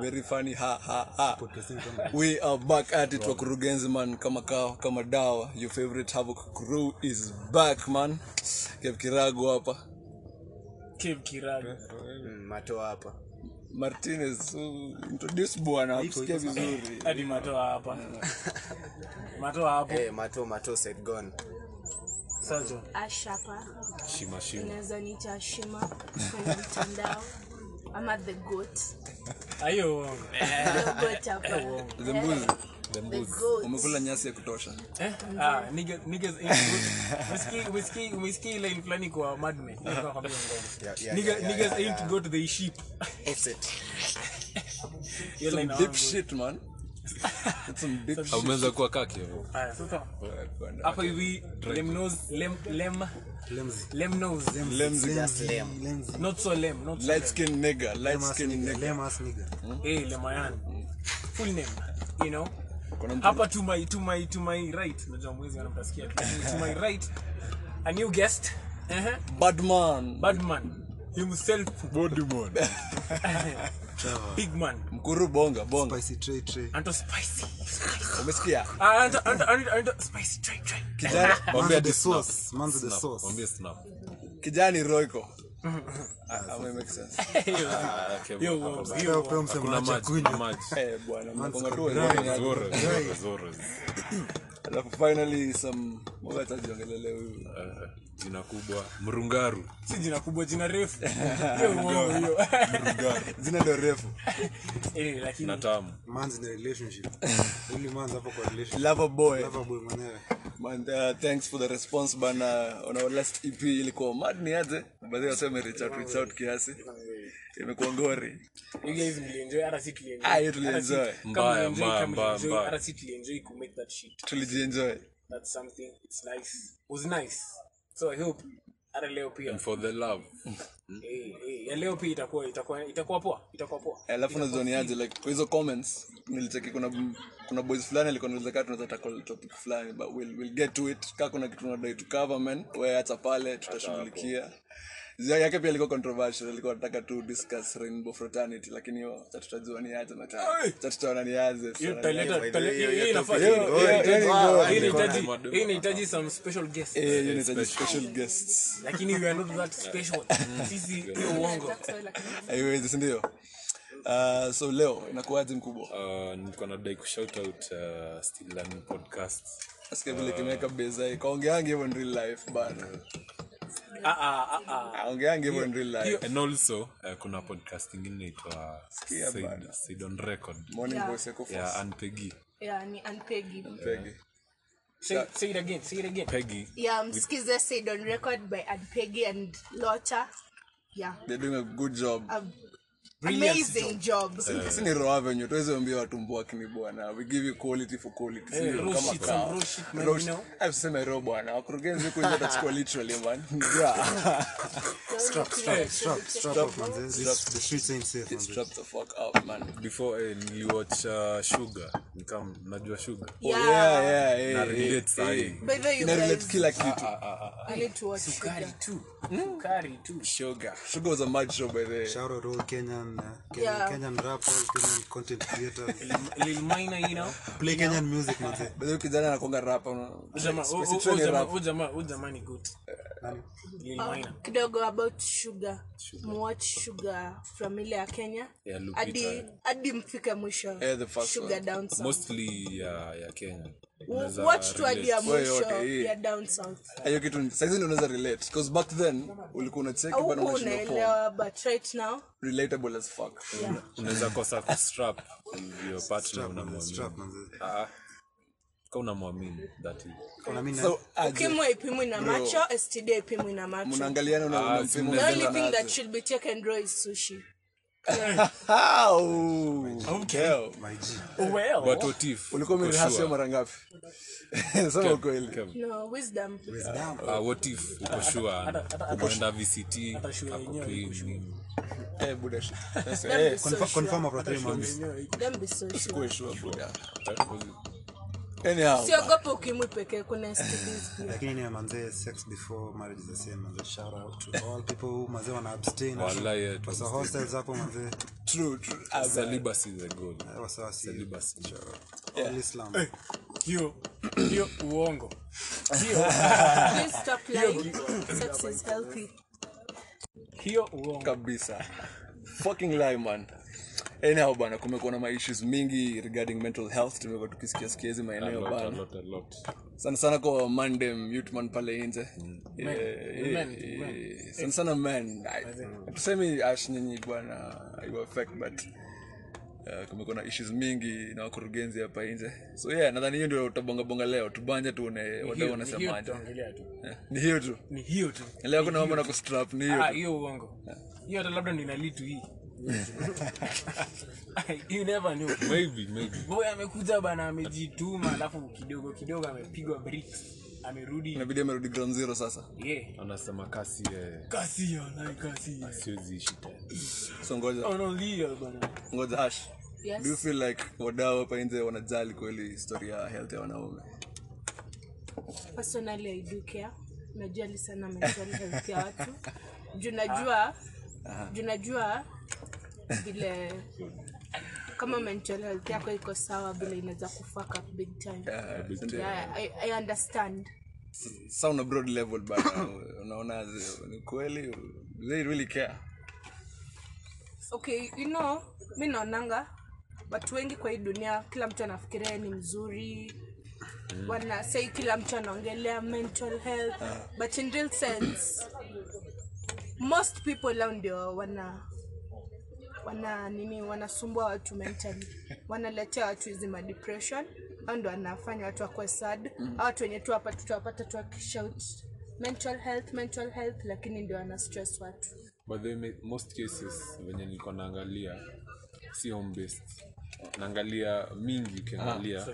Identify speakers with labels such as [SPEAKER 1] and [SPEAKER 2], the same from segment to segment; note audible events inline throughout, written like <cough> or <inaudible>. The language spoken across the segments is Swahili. [SPEAKER 1] very funny ha ha ha
[SPEAKER 2] Podcast yetu ndo-
[SPEAKER 1] we are back at it wakurugenzi man kama kawa kama dawa your favorite havoc crew is back man kev kirago hapa
[SPEAKER 3] Cave Kirago.
[SPEAKER 4] Mm, mato hapa
[SPEAKER 1] martinez uh, introduce bwana akusikia vizuri
[SPEAKER 3] hadi matoa hapa matoa hapo
[SPEAKER 4] Eh, mato mato set gone
[SPEAKER 3] sacho
[SPEAKER 5] ashapa
[SPEAKER 2] shima shima
[SPEAKER 5] inaweza niita shima kwenye mtandao ama the goat
[SPEAKER 3] ayo
[SPEAKER 5] The goat hapa
[SPEAKER 1] the mbuzi
[SPEAKER 5] the goat
[SPEAKER 1] umekula nyasi ya kutosha
[SPEAKER 3] Eh? Ah, umesikii line fulani kwa madmen
[SPEAKER 4] Yeah, yeah,
[SPEAKER 3] Nigga-
[SPEAKER 4] yeah, yeah,
[SPEAKER 3] niggas
[SPEAKER 4] yeah,
[SPEAKER 3] ain't
[SPEAKER 4] yeah.
[SPEAKER 3] go to the sheep.
[SPEAKER 4] Offset.
[SPEAKER 3] Hiyo
[SPEAKER 1] some
[SPEAKER 3] line
[SPEAKER 1] deep
[SPEAKER 3] hawangu.
[SPEAKER 1] shit <laughs> man That's some deep
[SPEAKER 3] Some
[SPEAKER 1] shit.
[SPEAKER 3] shit.
[SPEAKER 6] umeanza kuwa kaki hapo.
[SPEAKER 3] Aya, sasa hapa hivi lem knows- lem lem
[SPEAKER 2] lemzi
[SPEAKER 3] lem knows.
[SPEAKER 1] Lemzi.
[SPEAKER 4] Just lame.
[SPEAKER 2] lemzi
[SPEAKER 3] not so lem not so
[SPEAKER 1] light skin nigga light
[SPEAKER 2] Lame ass
[SPEAKER 1] skin
[SPEAKER 2] nigga,
[SPEAKER 1] nigga
[SPEAKER 2] lame ass nigga.
[SPEAKER 3] Eh, Lemayan. Full name, you know.
[SPEAKER 1] Kuna mtu-
[SPEAKER 3] Hapa to my to my to my right. Najua mwezi anamtasikia. To my right, a new guest. Uh-huh.
[SPEAKER 1] badman
[SPEAKER 3] Badman himself, big man.
[SPEAKER 1] <laughs> mkuru bonga bonga
[SPEAKER 2] Spicy tray,
[SPEAKER 6] <laughs>
[SPEAKER 2] tray.
[SPEAKER 3] Anto spicy.
[SPEAKER 1] umesikia
[SPEAKER 3] Ah, Anto Anto Anto Anto spicy try try.
[SPEAKER 1] kijani
[SPEAKER 2] Man's
[SPEAKER 6] Mwambie
[SPEAKER 2] the
[SPEAKER 6] hadi snap.
[SPEAKER 2] sauce, man's the
[SPEAKER 6] Snap.
[SPEAKER 2] sauce.
[SPEAKER 6] Mwambie snap.
[SPEAKER 1] kijani roiko Ah, ah, make sense
[SPEAKER 6] Ah, okay,
[SPEAKER 3] Yo,
[SPEAKER 6] hapo
[SPEAKER 3] yo,
[SPEAKER 6] sasa.
[SPEAKER 2] Leo
[SPEAKER 3] yo.
[SPEAKER 2] peo mse
[SPEAKER 6] Kuna
[SPEAKER 2] mnaacha
[SPEAKER 6] maji,
[SPEAKER 2] kunywa.
[SPEAKER 6] kuna maji.
[SPEAKER 1] Eh, bwana mnagonga tu
[SPEAKER 2] Man's
[SPEAKER 1] wenyewe.
[SPEAKER 6] Zoro, zoro, zoro.
[SPEAKER 1] alafu finally some Mungu atajiongelele huyu
[SPEAKER 6] Eh, jina kubwa mrungaru
[SPEAKER 3] Si jina kubwa jina refu. Ah, Hiyo uongo hiyo.
[SPEAKER 1] <laughs> zina ndo refu
[SPEAKER 3] Eh, lakini
[SPEAKER 6] na tamu
[SPEAKER 2] Man's in a relationship. Only man's hapo kwa relationship.
[SPEAKER 1] lover boy
[SPEAKER 2] Lover boy mwenyewe.
[SPEAKER 1] Man, uh, thanks for the response bana on our last ep ilikuwa mad ni aje baadhi waseme reach out reach out kiasi imekuwa ngori
[SPEAKER 3] you guys mlienjoy hata si tulienjoy.
[SPEAKER 1] Ah, hiyo tulienjoy.
[SPEAKER 3] Hata si- kama
[SPEAKER 6] Mbaya,
[SPEAKER 3] mlienjoy,
[SPEAKER 6] mbaya,
[SPEAKER 3] kama
[SPEAKER 6] mbaya,
[SPEAKER 3] mlienjoy,
[SPEAKER 6] mbaya.
[SPEAKER 3] hata si tulienjoy ku make that shit.
[SPEAKER 1] tulijienjoy
[SPEAKER 3] that's something it's nice was nice so i hope hata leo pia
[SPEAKER 6] and for the love
[SPEAKER 3] eh, eh, ya leo pia itakuwa itakuwa itakuwa poa itakuwa poa
[SPEAKER 1] Eh, alafu nazioniaje like kwa hizo comments nilicheki kuna kuna boys fulani alikuwa nauliza kaa tunaweza tackle topic fulani but we'll, we'll get to it kaa kuna kitu tunadai to cover man we acha pale tutashughulikia Zia yake pia ilikuwa controversial alikuwa anataka tu discuss rainbow fraternity lakini hiyo cha tutajua ni aje mata cha tutaona ni aje
[SPEAKER 3] Hiyo
[SPEAKER 1] tutaona ni aje.
[SPEAKER 3] tutaleta-
[SPEAKER 4] by the
[SPEAKER 3] tutale-
[SPEAKER 4] way,
[SPEAKER 3] hiyo-
[SPEAKER 4] hiyo
[SPEAKER 3] hiyo inafaa-
[SPEAKER 4] topic-
[SPEAKER 3] hiyo-
[SPEAKER 4] hiyo-
[SPEAKER 3] hiyo
[SPEAKER 1] hiyo inafaa-
[SPEAKER 3] inahitaji- hiyo inahitaji-
[SPEAKER 6] Madem- madem-
[SPEAKER 3] hiyo inahitaji some special guest
[SPEAKER 1] Eh, hiyo inahitaji special guests
[SPEAKER 3] lakini we are not that special sisi hiyo uongo
[SPEAKER 1] haiwezi si ndio Uh, so leo inakuwaje mkubwa
[SPEAKER 6] uh, nilikuwa nadai kushout out uh, still learning podcast
[SPEAKER 1] nasikia vile kimeweka bezai kaongeange hivyo in real life bana
[SPEAKER 3] Ah, ah, ah, ah.
[SPEAKER 1] aongeange hivyo in real life
[SPEAKER 6] and also uh, kuna podcast ingine inaitwa
[SPEAKER 1] Sikia
[SPEAKER 6] Sid-
[SPEAKER 1] bana.
[SPEAKER 6] Sid on record
[SPEAKER 1] morning
[SPEAKER 5] Yeah.
[SPEAKER 1] voice yako
[SPEAKER 6] ya Ann Peggy
[SPEAKER 5] Yeah, ni Aunt Peggy.
[SPEAKER 1] Peggy.
[SPEAKER 3] say say it again say it again
[SPEAKER 6] Peggy
[SPEAKER 5] Yeah, msikize Said on record by Aunt Peggy and Lotta. Yeah,
[SPEAKER 1] They're doing a good job.
[SPEAKER 5] a
[SPEAKER 3] Brilliant
[SPEAKER 5] amazing job.
[SPEAKER 1] si ni roho venye tuwezi ambia watu mboaki ni bwana we give you quality for quality Si
[SPEAKER 3] Eh,
[SPEAKER 1] ndio?
[SPEAKER 3] raw
[SPEAKER 1] Kama
[SPEAKER 3] shit,
[SPEAKER 1] kawa.
[SPEAKER 3] some raw shit, man,
[SPEAKER 1] Raw
[SPEAKER 3] you
[SPEAKER 1] shit.
[SPEAKER 3] know.
[SPEAKER 1] Ah, tuseme roho bwana wakurugenzi huku nje watachukua literally man
[SPEAKER 6] <laughs>
[SPEAKER 1] Yeah.
[SPEAKER 2] Strap, strap, strap up, manze. This- the streets ain't safe, manze.
[SPEAKER 1] Strap the fuck up man
[SPEAKER 6] before eh, niliwatch uh, sugar nikam najua sugar
[SPEAKER 1] Oh,
[SPEAKER 5] Yeah.
[SPEAKER 1] yeah, yeah, eh,
[SPEAKER 6] na
[SPEAKER 1] eh,
[SPEAKER 6] relate sahi
[SPEAKER 5] Ah. By the way, you
[SPEAKER 1] ina relate
[SPEAKER 5] guys,
[SPEAKER 1] kila kitu
[SPEAKER 3] Ah,
[SPEAKER 5] you need to watch
[SPEAKER 3] sukari
[SPEAKER 5] Sugar.
[SPEAKER 3] tu sukari tu
[SPEAKER 1] sugar sugar was a mad show by the way
[SPEAKER 2] Shout out all Kenyan, uh, Kenyan,
[SPEAKER 5] Yeah.
[SPEAKER 2] Kenyan rappers, Kenyan content
[SPEAKER 6] <laughs>
[SPEAKER 2] creators.
[SPEAKER 3] Lil Minor, you know
[SPEAKER 2] Play Kenyan music, manze.
[SPEAKER 1] by the way kijana anakonga rap una-
[SPEAKER 3] Ujamaa- u- u-
[SPEAKER 1] Spacey Train ni
[SPEAKER 3] ujamaa-
[SPEAKER 1] rap.
[SPEAKER 3] ujamaa- ujamaa ni good Lil Minor.
[SPEAKER 5] kidogo about sugar muwatch sugar from ile ya kenya
[SPEAKER 6] Yeah, Lupita.
[SPEAKER 5] hadi hadi mfike mwisho
[SPEAKER 1] Eh, the first
[SPEAKER 5] sugar
[SPEAKER 1] one.
[SPEAKER 5] down south
[SPEAKER 6] mostly ya ya kenya
[SPEAKER 5] W-
[SPEAKER 6] Unaweza
[SPEAKER 5] watch tu hadi ya
[SPEAKER 6] relate.
[SPEAKER 1] Wewe
[SPEAKER 5] mwisho
[SPEAKER 1] yote, eh. hii.
[SPEAKER 5] ya down south
[SPEAKER 1] hiyo kitu ni- saizi ndio unaweza relate cause back then ulikuwa unacheki bana
[SPEAKER 5] huku
[SPEAKER 1] unashindwa form.
[SPEAKER 5] unaelewa but right now
[SPEAKER 1] relatable as fuck
[SPEAKER 6] unaweza kosa kustrap your partner
[SPEAKER 2] Strap, manze, strap,
[SPEAKER 6] unamwamini
[SPEAKER 2] manze.
[SPEAKER 6] Ah, ah. ka unamwamini that is
[SPEAKER 2] Kuna mina-
[SPEAKER 1] so aje
[SPEAKER 5] ukimwa ipimwi na macho std ipimwi na macho
[SPEAKER 1] mnaangaliana una-
[SPEAKER 6] Ah,
[SPEAKER 1] unamfilm,
[SPEAKER 5] the only
[SPEAKER 1] unamfilm
[SPEAKER 5] thing
[SPEAKER 1] aje.
[SPEAKER 5] that should be taken raw is sushi
[SPEAKER 1] How?
[SPEAKER 2] My G.
[SPEAKER 3] Well,
[SPEAKER 6] but otif
[SPEAKER 1] Oh, ulikuwa umerihasio mara ngapi <laughs> sema ukweli
[SPEAKER 6] Kev,
[SPEAKER 5] no wisdom
[SPEAKER 1] Eh,
[SPEAKER 2] Damn.
[SPEAKER 6] ah, what if uko sure unaenda vct
[SPEAKER 3] sure
[SPEAKER 6] ako
[SPEAKER 3] yenyewe
[SPEAKER 6] clean.
[SPEAKER 1] Eh, buda shi- <laughs> Sasa,
[SPEAKER 5] Don't
[SPEAKER 1] eh,
[SPEAKER 5] be so
[SPEAKER 2] Confirm
[SPEAKER 5] sure.
[SPEAKER 2] after three months.
[SPEAKER 5] Don't be so sure.
[SPEAKER 1] kuwe sure, buda.
[SPEAKER 6] That was-
[SPEAKER 1] anyhow
[SPEAKER 5] siogopa ukimwi pekee kuna STDs
[SPEAKER 1] <laughs>
[SPEAKER 5] pia.
[SPEAKER 2] lakini ya manzee sex before marriage is the same manzee shout out to all people who manzee wana abstain
[SPEAKER 6] Wallahi, yeah, tu
[SPEAKER 2] wasa
[SPEAKER 6] abstain.
[SPEAKER 2] hostels hapo manzee
[SPEAKER 1] true true as a,
[SPEAKER 6] Celibacy is a goal.
[SPEAKER 2] wasa wasi
[SPEAKER 6] Celibacy.
[SPEAKER 2] all islam
[SPEAKER 3] hiyo hiyo uongo
[SPEAKER 5] Please stop lying. Sex is healthy.
[SPEAKER 3] hiyo uongo
[SPEAKER 1] kabisa fucking lie man anyhow bana kumekuwa na maissues mingi regarding mental health tumekuwa tukisikia sikia hizi
[SPEAKER 6] A
[SPEAKER 1] maeneo
[SPEAKER 6] lot, a
[SPEAKER 1] bana
[SPEAKER 6] lot, a lot.
[SPEAKER 1] sana sana kwa mandem youthman pale nje Yeah,
[SPEAKER 3] Men,
[SPEAKER 1] yeah,
[SPEAKER 3] men, men.
[SPEAKER 1] yeah. sana sana men I- tusemi ash nyinyi bwana you affect but uh, kumekuwa na issues mingi na wakurugenzi hapa nje so yeah nadhani hiyo ndio tutabongabonga leo tubanje tuone wadau
[SPEAKER 3] Hiyo- ni hiyo
[SPEAKER 1] wanasemaje
[SPEAKER 3] tutaongelea tu.
[SPEAKER 1] Eh, ni hiyo tu
[SPEAKER 3] ni hiyo tu
[SPEAKER 1] leo kuna mambo na kustrap ni hiyo
[SPEAKER 3] Ah,
[SPEAKER 1] tu
[SPEAKER 3] hiyo uongo hiyo hata labda ninalitu
[SPEAKER 1] <laughs>
[SPEAKER 3] hii <laughs> you never know
[SPEAKER 6] Maybe, maybe.
[SPEAKER 3] boy amekuja bana amejituma alafu kidogo kidogo amepigwa brick amerudi
[SPEAKER 1] inabidi amerudi ground zero sasa
[SPEAKER 3] yeah
[SPEAKER 6] Anasema kasi eh,
[SPEAKER 3] kasi ya na kasi ya
[SPEAKER 6] siwezi ishi tena.
[SPEAKER 1] so ngoja
[SPEAKER 3] Oh. analia bana
[SPEAKER 1] ngoja ash
[SPEAKER 5] Yes.
[SPEAKER 1] do you feel like wadau hapa nje wanajali kweli historia ya health ya wanaume
[SPEAKER 5] personally i do care najali sana mental health ya watu juu najua juu najua vile kama mental health yako iko sawa vile inaweza kufaka big time
[SPEAKER 1] Yeah,
[SPEAKER 5] yeah, I, i understand
[SPEAKER 1] sa on a broad level but uh, <coughs> unaona zi- ni kweli do they really care
[SPEAKER 5] okay you know mi naonanga watu wengi kwa hii dunia kila mtu anafikiria yeye ni mzuri wana say kila mtu anaongelea mental health but in real sense most people lao ndio wana wana nini wanasumbua watu mentally wanaletea watu hizi madepression au ndo anafanya watu wakuwe sad mm. watu wenye tu hapa tutawapata tu wakishout mental health mental health lakini ndio ana stress watu
[SPEAKER 6] but they may, most cases venye nilikuwa naangalia si home based naangalia mingi ukiangalia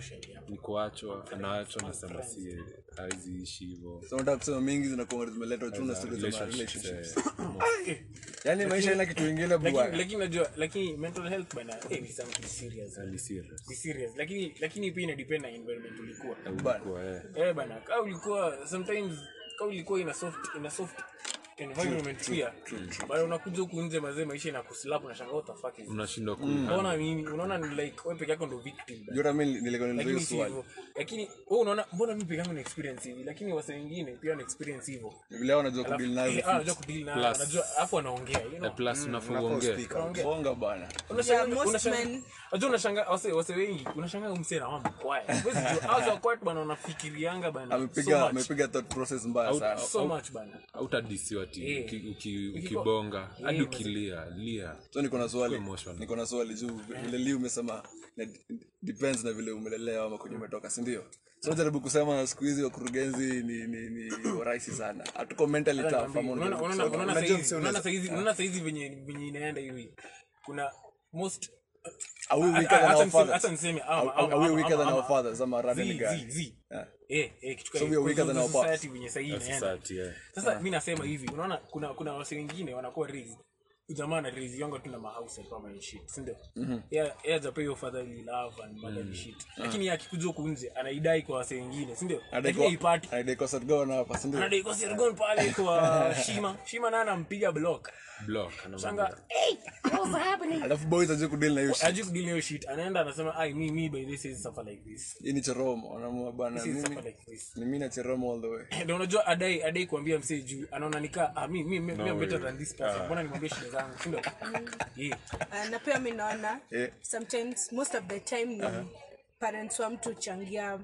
[SPEAKER 6] ni kuachwa anaachwa nasema si eh, hawezi ishi hivo
[SPEAKER 1] so nataka kusema mingi zinakuwa zimeletwa tu na stories za
[SPEAKER 6] Relationships,
[SPEAKER 1] relationship
[SPEAKER 6] eh,
[SPEAKER 1] yani maisha ina kitu ingine
[SPEAKER 3] lakini
[SPEAKER 1] bwana
[SPEAKER 3] lakini najua lakini mental health bana eh, ni something serious
[SPEAKER 6] ni serious.
[SPEAKER 3] Ni serious lakini lakini pia ina depend na environment ulikuwa
[SPEAKER 1] Bana.
[SPEAKER 6] Kwa, eh,
[SPEAKER 3] eh bana ka ulikuwa sometimes ka ulikuwa ina soft ina soft environment pia bana unakuja huku nje mazee maisha inakuslap unashangaa what the fuck is this?
[SPEAKER 6] unashindwa ku
[SPEAKER 1] Mm.
[SPEAKER 3] unaona mimi unaona ni like wewe peke yako ndo victim bana.
[SPEAKER 1] You know what I mean? nilikuwa
[SPEAKER 3] lakini
[SPEAKER 1] nilizoea swali
[SPEAKER 3] si hivyo lakini wewe unaona mbona mimi peke yangu na experience hivi lakini wase wengine pia wana experience hivyo
[SPEAKER 1] vile hao wanajua
[SPEAKER 3] Alafu-
[SPEAKER 1] kudeal nayo
[SPEAKER 3] eh, ah, unajua kudeal nayo
[SPEAKER 6] Plus-
[SPEAKER 3] unajua alafu wanaongea you know
[SPEAKER 6] Eh,
[SPEAKER 1] Mm.
[SPEAKER 6] plus unafaa uongee
[SPEAKER 1] bonga bana
[SPEAKER 5] Yeah, most men-
[SPEAKER 3] unashangawase wengi unashangaa umsee nawamkwayabana wanafikirianga bana so
[SPEAKER 1] amepiga
[SPEAKER 3] much.
[SPEAKER 1] amepiga thought process mbaya sana
[SPEAKER 3] so much bana
[SPEAKER 6] hautadisiwa ti
[SPEAKER 3] Eh.
[SPEAKER 6] uki- uki-
[SPEAKER 3] Ukiko-
[SPEAKER 6] ukibonga hadi
[SPEAKER 3] Eh,
[SPEAKER 6] ukilia lia
[SPEAKER 1] so niko na swali
[SPEAKER 6] emotional.
[SPEAKER 1] niko na swali juu vile li umesema na depends na vile umelelewa ama kwenye umetoka si ndio so jaribu kusema siku hizi wakurugenzi ni ni ni warahisi sana hatuko mentally tough ama
[SPEAKER 3] Unaona-
[SPEAKER 1] unajaribu kusema.
[SPEAKER 3] unaona- unaona
[SPEAKER 1] Unajua
[SPEAKER 3] saizi-
[SPEAKER 1] msee
[SPEAKER 3] unaona
[SPEAKER 1] unaweza-
[SPEAKER 3] saizi- unaona saizi venye venye inaenda hivi kuna most
[SPEAKER 1] Are we weaker than
[SPEAKER 3] hata
[SPEAKER 1] our
[SPEAKER 3] niseme-
[SPEAKER 1] fathers?
[SPEAKER 3] hata niseme ama-
[SPEAKER 1] Are-
[SPEAKER 3] ama-
[SPEAKER 1] are we
[SPEAKER 3] ama-
[SPEAKER 1] weaker than
[SPEAKER 3] ama-
[SPEAKER 1] our fathers ama rather
[SPEAKER 3] Zii,
[SPEAKER 1] ni gani?
[SPEAKER 3] zii, zii.
[SPEAKER 1] Yeah.
[SPEAKER 3] Eh, eh, kitu
[SPEAKER 1] So
[SPEAKER 3] kama-
[SPEAKER 1] we are weaker
[SPEAKER 3] kwa
[SPEAKER 1] than
[SPEAKER 3] hizo
[SPEAKER 1] our past.
[SPEAKER 3] society venye sahii inaenda
[SPEAKER 6] society eh.
[SPEAKER 3] sasa mi nasema hivi unaona kuna kuna wasi wengine wanakuwa raised jamaa na raised yanga tu na mahouse and family shit si ndio
[SPEAKER 1] Mm-hmm.
[SPEAKER 3] yeah yeah japo hiyo fatherly love and motherly shit lakini yeye akikuja huku nje anaidai kwa wasi wengine si ndio
[SPEAKER 1] Anadai
[SPEAKER 3] lakini
[SPEAKER 1] kwa-
[SPEAKER 3] ipati
[SPEAKER 1] anadai kwa South Gowan hapa, si ndio?
[SPEAKER 3] anadai kwa Sergon
[SPEAKER 1] <laughs>
[SPEAKER 3] pale kwa Shima Shima naye anampiga block
[SPEAKER 6] block anamwambia,
[SPEAKER 3] shanga
[SPEAKER 1] alafu boys hawajui kudeal na hiyo shit.
[SPEAKER 3] aje kudili hiyo shit anaenda anasema ai me me by this is suffer like this
[SPEAKER 1] Hii ni Cheromo, wanaamua bana,
[SPEAKER 3] this is
[SPEAKER 1] mimi-
[SPEAKER 3] suffer like this
[SPEAKER 1] ni mimi na Cheromo all the way.
[SPEAKER 3] ndio unajua adai adai kuambia msee juu anaona nikaa ah, mi mi mi mi am better
[SPEAKER 6] way.
[SPEAKER 3] than this
[SPEAKER 5] Ah.
[SPEAKER 3] person mbona nimwambie shida zangu
[SPEAKER 1] <laughs>
[SPEAKER 3] si ndio
[SPEAKER 1] Mm.
[SPEAKER 3] yeah
[SPEAKER 5] Uh, na pia mi naona
[SPEAKER 1] Yeah.
[SPEAKER 5] sometimes most of the time ni
[SPEAKER 1] Uh-huh.
[SPEAKER 5] parents wa mtu huchangia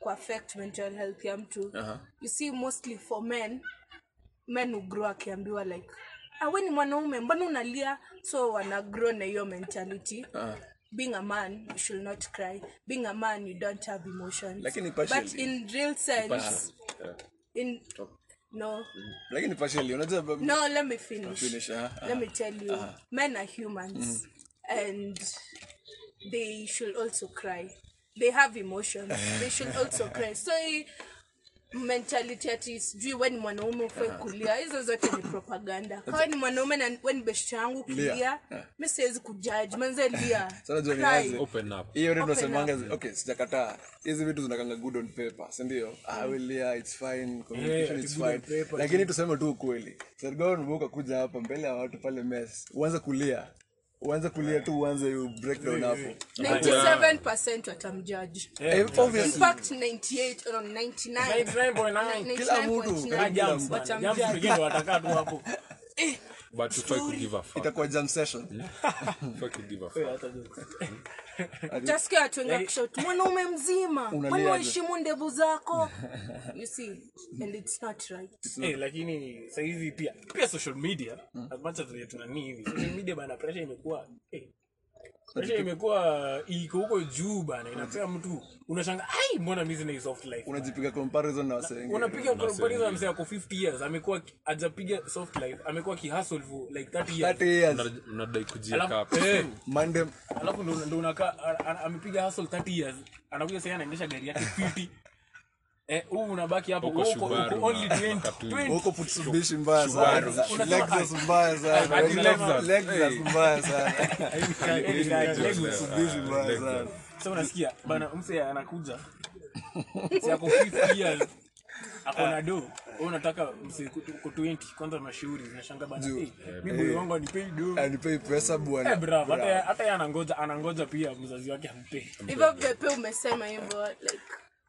[SPEAKER 5] ku affect mental health ya mtu
[SPEAKER 1] Uh-huh.
[SPEAKER 5] you see mostly for men men ugrow akiambiwa like "Ah, we ni mwanaume mbona unalia so wana grow na hiyo mentality
[SPEAKER 1] Ah.
[SPEAKER 5] being a man you should not cry being a man you don't have emotions
[SPEAKER 1] Lakini
[SPEAKER 5] but
[SPEAKER 1] partially.
[SPEAKER 5] in real sense in no
[SPEAKER 1] Lakini partially, unajua ba-
[SPEAKER 5] no let me finish
[SPEAKER 1] finish, uh-huh, aha, aha.
[SPEAKER 5] let me tell you men are humans
[SPEAKER 1] Mm.
[SPEAKER 5] and
[SPEAKER 1] <laughs>
[SPEAKER 5] they should also cry they have emotions they should also cry so i- mentality ati sijui we ni mwanaume ufai
[SPEAKER 1] Uh-huh.
[SPEAKER 5] kulia hizo zote ni propaganda kawe ni mwanaume na we ni beshte yangu
[SPEAKER 1] Lia.
[SPEAKER 5] kilia mi siwezi kujaji manze lia
[SPEAKER 1] <laughs> Sasa najua
[SPEAKER 5] Cry.
[SPEAKER 1] nianze.
[SPEAKER 6] open up
[SPEAKER 1] hiyo ndio tunasemanga zi- okay sijakataa hizi vitu zinakanga good on paper si ndio ah well yeah it's fine communication
[SPEAKER 3] ati
[SPEAKER 1] it's
[SPEAKER 3] Mm. Eh, good on
[SPEAKER 1] fine
[SPEAKER 3] paper,
[SPEAKER 1] lakini tuseme tu ukweli sergao nibuka kuja hapa mbele ya watu pale mess uanze kulia uanze kulia tu uanze u breakdown hapo
[SPEAKER 5] 97 watamjaji
[SPEAKER 1] Eh, obviously
[SPEAKER 5] infact 98 or 99
[SPEAKER 1] Kila mtu,
[SPEAKER 3] Ah,
[SPEAKER 1] kila mtu.
[SPEAKER 3] watakaa tu hapo
[SPEAKER 1] <laughs>
[SPEAKER 6] but tufai kugive a fuck
[SPEAKER 1] itakuwa jam session
[SPEAKER 6] tufai kugive a fuck
[SPEAKER 5] taskia watuengakushot mwanaume mzima
[SPEAKER 1] Unaliaje?
[SPEAKER 5] mwanawaheshimu ndevu zako you see and it's not Hmm. right
[SPEAKER 3] Eh, lakini sahizi pia pia social media as much as vile tunani hivi social media bana pressure imekuwa eh, pressure imekuwa iko huko juu bana inapea mtu unashanga ai mbona mimi sina hii soft life
[SPEAKER 1] unajipiga comparison na wasee wengine
[SPEAKER 3] unapiga comparison na mzee ako 50 years amekuwa ki- hajapiga soft life amekuwa kihustle for like 30 years
[SPEAKER 1] 30 years
[SPEAKER 6] Mna- mnadai kujieka
[SPEAKER 3] alafu
[SPEAKER 6] hapa
[SPEAKER 3] eh,
[SPEAKER 1] Monday
[SPEAKER 3] alafu ndo ndo unakaa a- a- amepiga hustle 30 years anakuja sasa anaendesha gari yake 50 <laughs> eh huu unabaki hapo
[SPEAKER 6] Huko
[SPEAKER 3] wewe
[SPEAKER 6] Subaru
[SPEAKER 3] uko only
[SPEAKER 6] na-
[SPEAKER 3] 20
[SPEAKER 6] Katuni.
[SPEAKER 3] 20
[SPEAKER 1] huko futsubishi mbaya sana
[SPEAKER 3] Unasema,
[SPEAKER 1] lexus mbaya sana
[SPEAKER 3] Ati
[SPEAKER 1] lexus
[SPEAKER 6] Lexus.
[SPEAKER 1] Lexus mbaya sana
[SPEAKER 3] Eh, gari- gari-
[SPEAKER 1] futsubishi mbaya sana
[SPEAKER 3] so unasikia bana mse anakuja si ako 50 years akona do wewe unataka mse ku ku 20 kwanza mashauri zinashanga bana
[SPEAKER 1] Juu.
[SPEAKER 3] hey, mimi boy wangu anipei do
[SPEAKER 1] anipei pesa
[SPEAKER 3] Eh,
[SPEAKER 1] bwana
[SPEAKER 3] bravo, hata yeye- hata yeye anangoja anangoja pia mzazi wake ampei
[SPEAKER 5] hivyo vile pia umesema hivyo like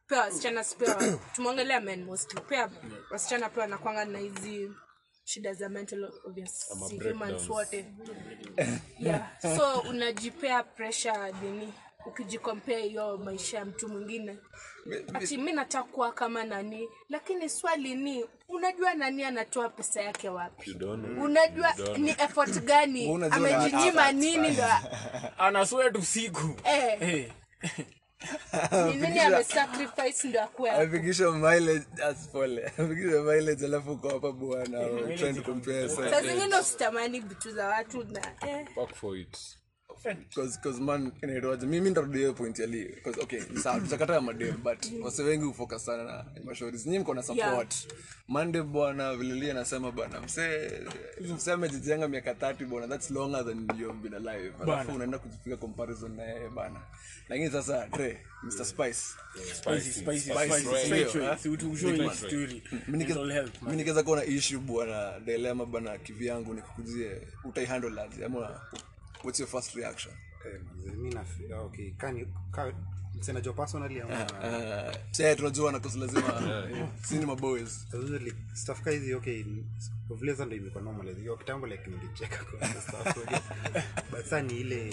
[SPEAKER 5] pia wasichana sipia tumeongelea men mostly pia wasichana pia wanakwanga na hizi shida za mental obvious si humans
[SPEAKER 6] breakdowns.
[SPEAKER 5] wote yeah. so unajipea pressure dini ukijikompea hiyo maisha ya mtu mwingine ati mi nataka kuwa kama nani lakini swali ni unajua nani anatoa pesa yake wapi
[SPEAKER 6] You don't
[SPEAKER 1] Mm.
[SPEAKER 6] know.
[SPEAKER 5] unajua ni effort gani
[SPEAKER 1] Unajua na-
[SPEAKER 5] amejinyima nini ndo
[SPEAKER 3] anasweat usiku
[SPEAKER 5] eh,
[SPEAKER 3] Eh,
[SPEAKER 5] ni nini amesacrifice ndo akuwe
[SPEAKER 1] afikisha mileage as pole afikisha mileage alafu uko hapa bwana
[SPEAKER 3] Eh,
[SPEAKER 1] we're trying to compare
[SPEAKER 5] saa
[SPEAKER 1] side
[SPEAKER 5] zingine usitamani vitu za watu na eh,
[SPEAKER 6] fuck for it
[SPEAKER 1] cause cause man inaitwaje mimi ndarudi hiyo point ya Lee cause okay ni sawa tutakataa madem but wase wengi hufocus sana na mashauri nyinyi mko na support mande bwana vile Lee anasema bwana msee msee amejijenga miaka 30 bwana that's longer than you have been alive alafu unaenda kujipiga comparison na yeye bana lakini sasa Dre Mr Spice
[SPEAKER 3] spicy, spicy, spicy,
[SPEAKER 1] right.
[SPEAKER 3] straight
[SPEAKER 1] Ndio,
[SPEAKER 3] choice. Utu- ushue hii story.
[SPEAKER 1] Hmm.
[SPEAKER 3] Mental health, man.
[SPEAKER 1] mi nikiweza kuwa na issue bwana dilema bana kivyangu nikukuzie utaihandle aje ama what's your first reaction
[SPEAKER 2] Eh, manze, mi nafi- okay, kani- ka- sinajua personally ama-
[SPEAKER 1] Eh, che tunajua na kosa lazima sini maboys
[SPEAKER 2] Sasa like, stuff ka hizi okay ni- vile sasa ndo imekuwa normalized. Hiyo kitambo like nilicheka kwa hizo stuff okay. but sasa ni ile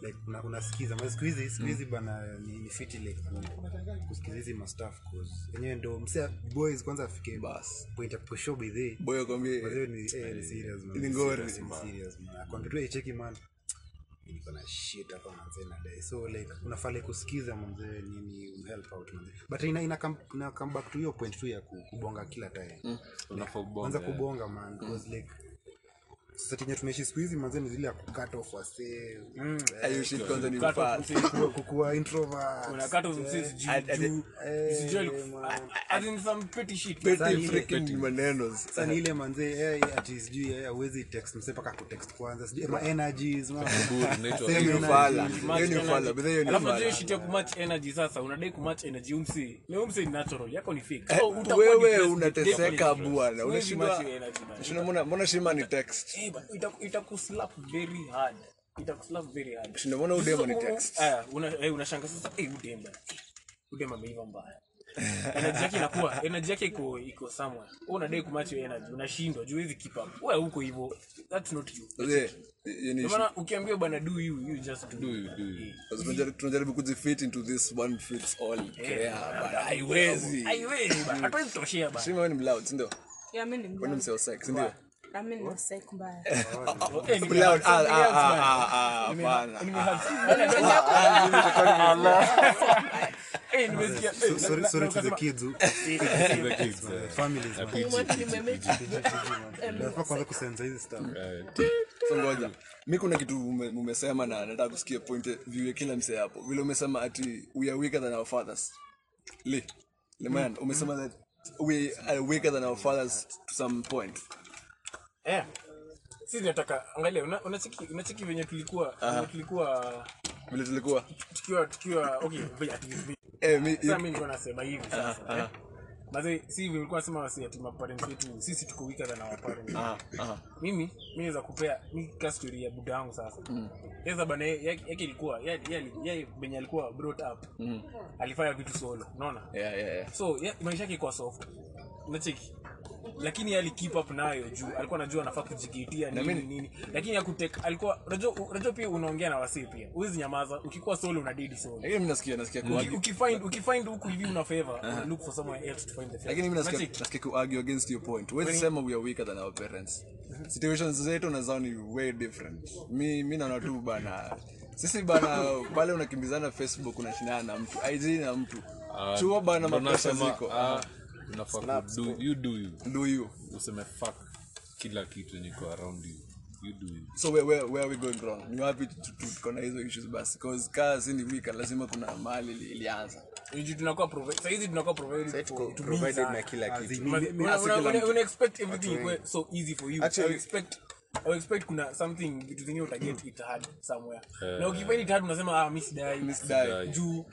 [SPEAKER 2] like una, unasikiza ma siku hizi siku hizi bana ni, ni fiti like ku- kusikiza hizi ma stuff cause yenyewe ndo msea boys kwanza afike
[SPEAKER 1] Bas.
[SPEAKER 2] point ya pusho by the
[SPEAKER 1] boy akwambie
[SPEAKER 2] Wazee ni eh, ni serious man.
[SPEAKER 1] Ni ngori.
[SPEAKER 2] Serious, ni serious man. Akwambia tu, "Hey, cheki man mimi niko na shit hapa manze na dai." so like unafaa like kusikiza manze nini umhelp out manze but ina ina come, ina come back to hiyo point tu ya ku- kubonga kila time
[SPEAKER 6] Unafaa ubonge,
[SPEAKER 2] kwanza
[SPEAKER 6] eh.
[SPEAKER 2] Mm. kubonga Mm. man because like sasa tenye tunaishi siku hizi manze ni zile ya kukat off wasee
[SPEAKER 1] ayo shit kwanza ni
[SPEAKER 3] Cut off
[SPEAKER 1] fast
[SPEAKER 3] mse-
[SPEAKER 2] eh, kuwa- kukuwa introvert eh,
[SPEAKER 3] unakata mse sijui juu,
[SPEAKER 1] Eh,
[SPEAKER 3] sijui aliku- as in some petty shit.
[SPEAKER 1] pretty
[SPEAKER 2] Sani-
[SPEAKER 1] freaking maneno
[SPEAKER 2] sasa ni ile manzee eh, ati sijui eh, hawezi text mse mpaka kutext kwanza sijui ma energies ma-
[SPEAKER 1] <laughs>
[SPEAKER 6] Good, inaitwa
[SPEAKER 2] Same
[SPEAKER 1] hiyo ni
[SPEAKER 2] energy.
[SPEAKER 1] ufala
[SPEAKER 3] Match
[SPEAKER 1] hiyo ni ufala
[SPEAKER 3] energy.
[SPEAKER 1] but hiyo ni
[SPEAKER 3] Alafu unajua
[SPEAKER 1] ufala
[SPEAKER 3] shit ya kumatch energy sasa unadai kumatch energy umsi leo umsi ni natural yako ni fake
[SPEAKER 1] Eh,
[SPEAKER 3] so utakuwa
[SPEAKER 1] wewe
[SPEAKER 3] depressed, definitely
[SPEAKER 1] unateseka
[SPEAKER 3] depressed.
[SPEAKER 1] bwana
[SPEAKER 3] Huwezi match
[SPEAKER 1] unashindwa
[SPEAKER 3] hiyo energy bwana.
[SPEAKER 1] unashindwa mbona mbona shima ni text
[SPEAKER 3] Eh, but ita- itakuslap very hard itakuslap very hard
[SPEAKER 1] Shindwa mbona udemo
[SPEAKER 3] <laughs>
[SPEAKER 1] ni
[SPEAKER 3] Sasa, u- u-
[SPEAKER 1] text
[SPEAKER 3] aya, una- eh, unashanga sasa eh, udem bana. udem ameiva mbaya energy yake inakuwa energy yake iko iko somewhere wewe unadai kumatch hiyo energy unashindwa juu hizi keep up wewe huko hivyo that's not you
[SPEAKER 1] Wazee, hiyo ni
[SPEAKER 3] Ndio
[SPEAKER 1] issue.
[SPEAKER 3] maana ukiambiwa bwana do you you just do, Eh,
[SPEAKER 6] Do you, do you.
[SPEAKER 1] Sasa tunajaribu- tunajaribu kujifit into this one fits all care, but haiwezi
[SPEAKER 3] eh, haiwezi bana hatuwezi kutoshea bana
[SPEAKER 1] Shima wewe ni mloud sindio
[SPEAKER 5] ya mi ni
[SPEAKER 1] ni
[SPEAKER 5] mzee
[SPEAKER 1] mseo sex sindio
[SPEAKER 5] na mi ni sek mbaya
[SPEAKER 3] Eh, nime-
[SPEAKER 1] Mloud, ah, ah,
[SPEAKER 3] something else,
[SPEAKER 1] ah,
[SPEAKER 3] bana.
[SPEAKER 1] ah, ah, hapana.
[SPEAKER 6] Ah,
[SPEAKER 3] Eh, nimesikia eh,
[SPEAKER 2] sorry,
[SPEAKER 3] na-
[SPEAKER 2] sorry
[SPEAKER 3] na
[SPEAKER 2] to the
[SPEAKER 3] ukasema, Eh,
[SPEAKER 2] kids
[SPEAKER 3] <laughs>
[SPEAKER 2] who
[SPEAKER 6] The kids, eh.
[SPEAKER 2] families
[SPEAKER 6] Na
[SPEAKER 2] man.
[SPEAKER 6] PG,
[SPEAKER 5] Nimemeta.
[SPEAKER 2] Lazima kwanza kusenza hizi stuff
[SPEAKER 6] eh,
[SPEAKER 1] So ngoja mi kuna kitu ume- umesema na nataka kusikia point of view ya kila msee hapo vile umesema ati we are weaker than our fathers Lee, Leman, umesema that we are weaker than our fathers to some point
[SPEAKER 3] eh sisi tunataka angalia una- unacheki unacheki venye tulikuwa venye tulikuwa
[SPEAKER 1] vile tulikuwa
[SPEAKER 3] tukiwa tukiwa okay vi- ati vi-
[SPEAKER 1] eh, mi,
[SPEAKER 3] sasa mimi nilikuwa nasema hivi sasa eh. Mazee, si hivi ulikuwa nasema wasi ati maparents wetu sisi tuko weaker than our parents.
[SPEAKER 1] Ah.
[SPEAKER 3] Mimi mimi naweza kupea mimi ka story ya buda yangu sasa. Sasa bana ye- yake yake ilikuwa yeye yeye- yeye benye alikuwa brought up. Alifanya vitu solo, unaona?
[SPEAKER 1] yeah, yeah, yeah.
[SPEAKER 3] so yeah, maisha yake ikuwa soft nacheki lakini yeye ali keep up nayo juu alikuwa anajua anafaa kujikitia nini
[SPEAKER 1] mimi-
[SPEAKER 3] nini lakini yakutek alikuwa unajua unajua pia unaongea na wasee pia huwezi nyamaza ukikuwa solo unadidi solo
[SPEAKER 1] lakini mi nasikia nasikia
[SPEAKER 3] Uki-
[SPEAKER 1] kuargue
[SPEAKER 3] ukifind ukifind huku hivi una favor uh, look for somewhere else to find the favor
[SPEAKER 1] lakini mi nasikia
[SPEAKER 3] Unacheki?
[SPEAKER 1] nasikia kuargue against your point wezi sema we are weaker than our parents situations zetu nazao ni way different mi mi naona tu bana sisi bana pale unakimbizana facebook unashindana na mtu ig na mtu chuo bana
[SPEAKER 6] Ah, Ndo
[SPEAKER 1] makosa
[SPEAKER 6] nasema,
[SPEAKER 1] ziko
[SPEAKER 6] ah, unafaa kudu- you do you.
[SPEAKER 1] do you
[SPEAKER 6] useme fuck kila kitu yenye iko around you you do you
[SPEAKER 1] so where, where, where are we going wrong ni wapi tu- tu- tuko na hizo issues basi cause kaa si ni weaker lazima kuna mahali ili- ilianza
[SPEAKER 3] Juu tunakuwa provi- saa hizi tunakuwa provided
[SPEAKER 4] Tuko
[SPEAKER 3] for- to me
[SPEAKER 4] provided
[SPEAKER 3] sana.
[SPEAKER 4] na kila kitu
[SPEAKER 3] Una- una-
[SPEAKER 1] asi kila
[SPEAKER 3] una-
[SPEAKER 1] mtu.
[SPEAKER 3] una expect everything ikuwe so easy for you.
[SPEAKER 4] Actually-
[SPEAKER 3] I expect- I expect kuna something vitu zingine utaget it hard somewhere na ukifind it hard unasema ah, mi sidai
[SPEAKER 1] sidai.
[SPEAKER 3] juu